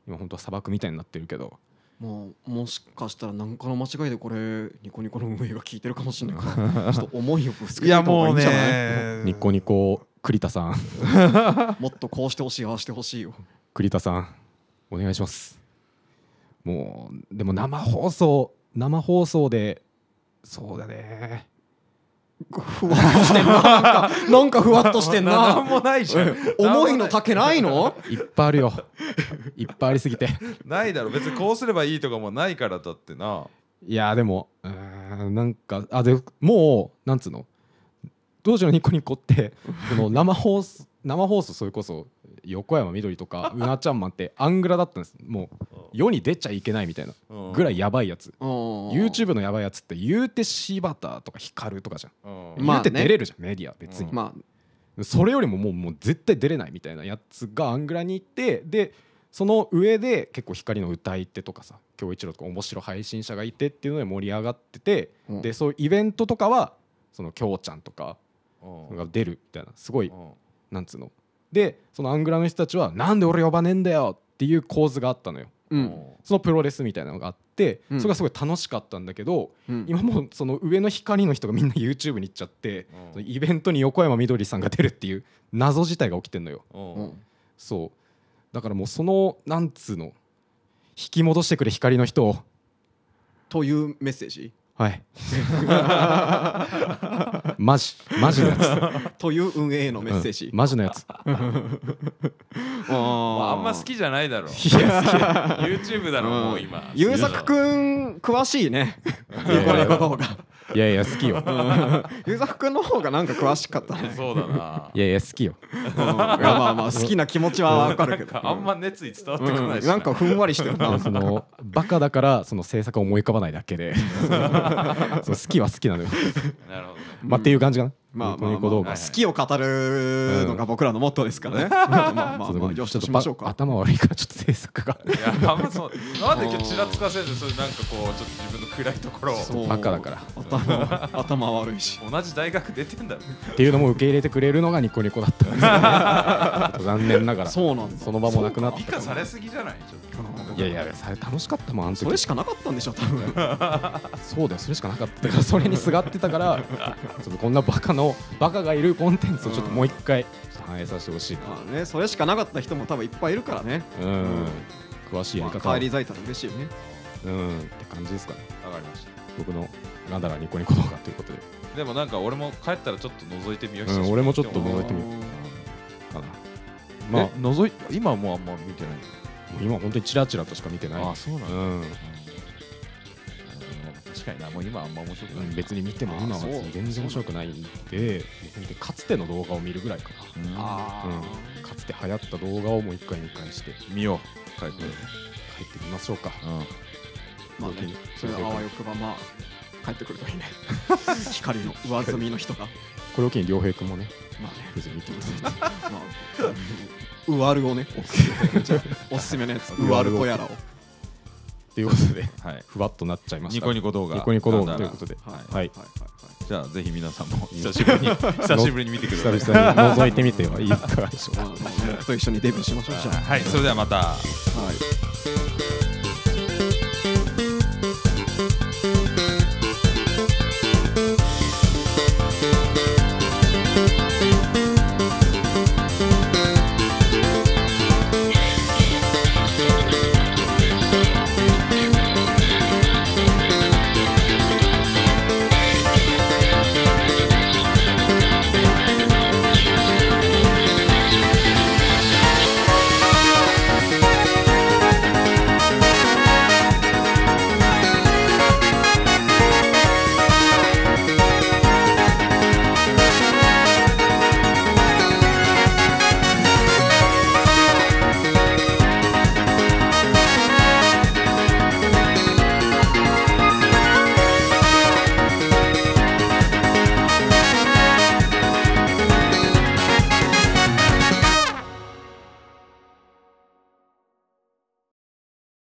Speaker 3: 今本当は砂漠みたいになってるけど
Speaker 2: もうもしかしたら何かの間違いでこれニコニコの運営が聞いてるかもしれないから [LAUGHS] ちょっと思いをぶつけ
Speaker 1: い
Speaker 2: て
Speaker 1: や
Speaker 2: みた方がい
Speaker 1: もう
Speaker 2: い
Speaker 1: ん
Speaker 2: じゃない
Speaker 1: ね
Speaker 3: ニ
Speaker 1: [LAUGHS]
Speaker 3: コニコ栗田さん [LAUGHS]
Speaker 2: もっとこうしてほしいああしてほしいよ
Speaker 3: 栗田さんお願いしますもうでも生放送生放送でそうだね
Speaker 2: ふわっとしてんななんかなんかふわっと [LAUGHS] してん
Speaker 3: [LAUGHS]
Speaker 1: なん
Speaker 2: な
Speaker 1: もないじゃん
Speaker 2: 思いの丈ないの
Speaker 3: いっぱいあ
Speaker 1: [LAUGHS]
Speaker 3: るよいっぱいありすぎて
Speaker 1: ないだろ別にこうすればいいとかもないからだってない
Speaker 3: やでもうーんなんかあでもうなんつうの当時のニコニコってそ
Speaker 1: [LAUGHS]
Speaker 3: の生放送生放送それこそ横山みどりとかうなちゃんマンってアングラだったんですもう世に出ちゃいけないみたいなぐら
Speaker 1: い
Speaker 3: いやばいやつ
Speaker 2: YouTube
Speaker 3: YouTube のやばいやつって言うて柴田とか光るとかじゃん
Speaker 2: ま
Speaker 3: 言
Speaker 2: あ
Speaker 3: うて
Speaker 2: ね
Speaker 3: 出れるじゃんメディア別に
Speaker 2: まあ
Speaker 3: それよりももうもう絶対出れないみたいなやつがアングラに行ってでその上で結構光の歌い手とかさ京一郎とか面白配信者がいてっていうので盛り上がってて、
Speaker 2: うん
Speaker 3: でそういうイベントとかはその京ちゃんとかが出るみたいなすごいなんつうのでそのアングラの人たちは「なんで俺呼ばねえんだよ!」っていう構図があったのよ
Speaker 2: うん
Speaker 3: そのプロレスみたいなのがあって
Speaker 2: うん
Speaker 3: それがすごい楽しかったんだけど、
Speaker 2: うん
Speaker 3: 今もうその上の光の人がみんな YouTube に行っちゃって、そのイベントに横山みどりさんが出るっていう謎自体が起きてんのよ
Speaker 2: うん
Speaker 3: そうだからもうそのなんつうの引き戻してくれ光の人を
Speaker 2: というメッセージ
Speaker 3: はい
Speaker 2: [LAUGHS]
Speaker 3: マジマジのやつ
Speaker 2: という運営へのメッセー
Speaker 3: う
Speaker 2: ジ
Speaker 3: んマジのやつ
Speaker 1: あ
Speaker 2: あ
Speaker 1: んま好きじゃないだろ
Speaker 3: いや好き
Speaker 1: YouTube だろもう今
Speaker 2: 優作くん詳しいね
Speaker 3: いやい
Speaker 2: 横
Speaker 3: や
Speaker 2: 山の方が
Speaker 3: いやいや好きよ
Speaker 2: 優作くんの方がなんか詳しかったね
Speaker 1: そうだない
Speaker 3: やいや好きよ
Speaker 2: うんいやまあまあ好きな気持ちはわかるけど
Speaker 1: あんま熱意伝わってこないし
Speaker 2: なんかふんわりしてる
Speaker 3: いや
Speaker 2: な
Speaker 3: そのバカだからその制作を思い浮かばないだ
Speaker 2: [LAUGHS]
Speaker 3: けでそう好きは好きなのよ
Speaker 1: なるほどね
Speaker 3: まあっていう感じかな
Speaker 2: まあまあ
Speaker 3: ニコニコ動画
Speaker 2: まあ好きを語るのが僕らのモットーですからね。まあまあまあ
Speaker 3: そう
Speaker 2: ま
Speaker 3: ご
Speaker 2: あ
Speaker 3: めん
Speaker 2: よし
Speaker 3: ち
Speaker 2: と
Speaker 3: ょっ
Speaker 2: し
Speaker 3: と
Speaker 2: ま
Speaker 3: ば
Speaker 2: しょうか。
Speaker 3: 頭悪いからちょっと制作が [LAUGHS]
Speaker 1: いやあんまそうなんで今日ちらつかせずそれなんかこうちょっと自分の暗いところ
Speaker 2: そう
Speaker 3: バカだから
Speaker 2: 頭頭悪いし。
Speaker 1: を同じ大学出てんだろ
Speaker 3: っていうのも受け入れてくれるのがニコニコだったんで
Speaker 2: [LAUGHS]
Speaker 3: すよねちょっと残念ながら
Speaker 2: そうなんだ。
Speaker 3: その場もなくなっ
Speaker 1: 美化されすぎじゃないちょっと
Speaker 3: いやいやさ楽しかったもんあの時
Speaker 2: それしかなかったんでしょ多分。
Speaker 3: そうだよそれしかなかったからそれにすがってたからちょっとこんなバカのバカがいるコンテンツをちょっともう一回ちょっと反映させてほしいな
Speaker 2: まあねそれしかなかった人も多分いっぱいいるからね。
Speaker 3: うん、詳しいやり方
Speaker 2: ま
Speaker 3: を
Speaker 2: あ帰り咲いたら嬉しいよね。
Speaker 3: うんって感じですかね
Speaker 1: わかりました
Speaker 3: 僕のなんだらニコニコ動画ということで、
Speaker 1: でもなんか俺も帰ったらちょっと覗いてみよう、
Speaker 3: うん、俺もちょっと覗いてみようかなまあも
Speaker 1: 覗い今もうあんま見てないう
Speaker 3: 今本当にチラチラとしか見てない
Speaker 1: そうな
Speaker 3: うん
Speaker 1: 確確かになもう今あんま面白く
Speaker 3: う
Speaker 1: ない、
Speaker 3: ん別に見ても今は別に全然面白くないんで見てかつての動画を見るぐらいか
Speaker 1: うん
Speaker 3: な、うんかつて流行った動画をもう一回見返して帰
Speaker 1: 見よう帰って、
Speaker 3: ってみましょうか
Speaker 1: うん
Speaker 2: まあね、それがあわよくばまあ帰ってくると
Speaker 3: [LAUGHS]
Speaker 2: いいね光の上積みの人が
Speaker 3: これを機に良平君もね
Speaker 2: まあね
Speaker 3: クイズ見てください
Speaker 2: まあうわるをねおすすめのやつうわるこやらを
Speaker 3: ということで [LAUGHS]
Speaker 1: はい
Speaker 3: ふわっとなっちゃいまし
Speaker 1: ニ
Speaker 3: た
Speaker 1: コニコ動画
Speaker 3: ニコニコ動
Speaker 1: な
Speaker 3: 画
Speaker 1: ん
Speaker 3: と
Speaker 1: だら
Speaker 3: いうことで
Speaker 2: はい
Speaker 3: はい
Speaker 2: はい
Speaker 1: じゃあぜひ皆さんも久しぶ [LAUGHS] りに久しぶりに見てください
Speaker 3: 久々に覗いてみてはいかがでしょうか
Speaker 2: はいはいまああの僕と一緒にデビューしましょうじゃ
Speaker 1: はいそれではまた
Speaker 2: あはい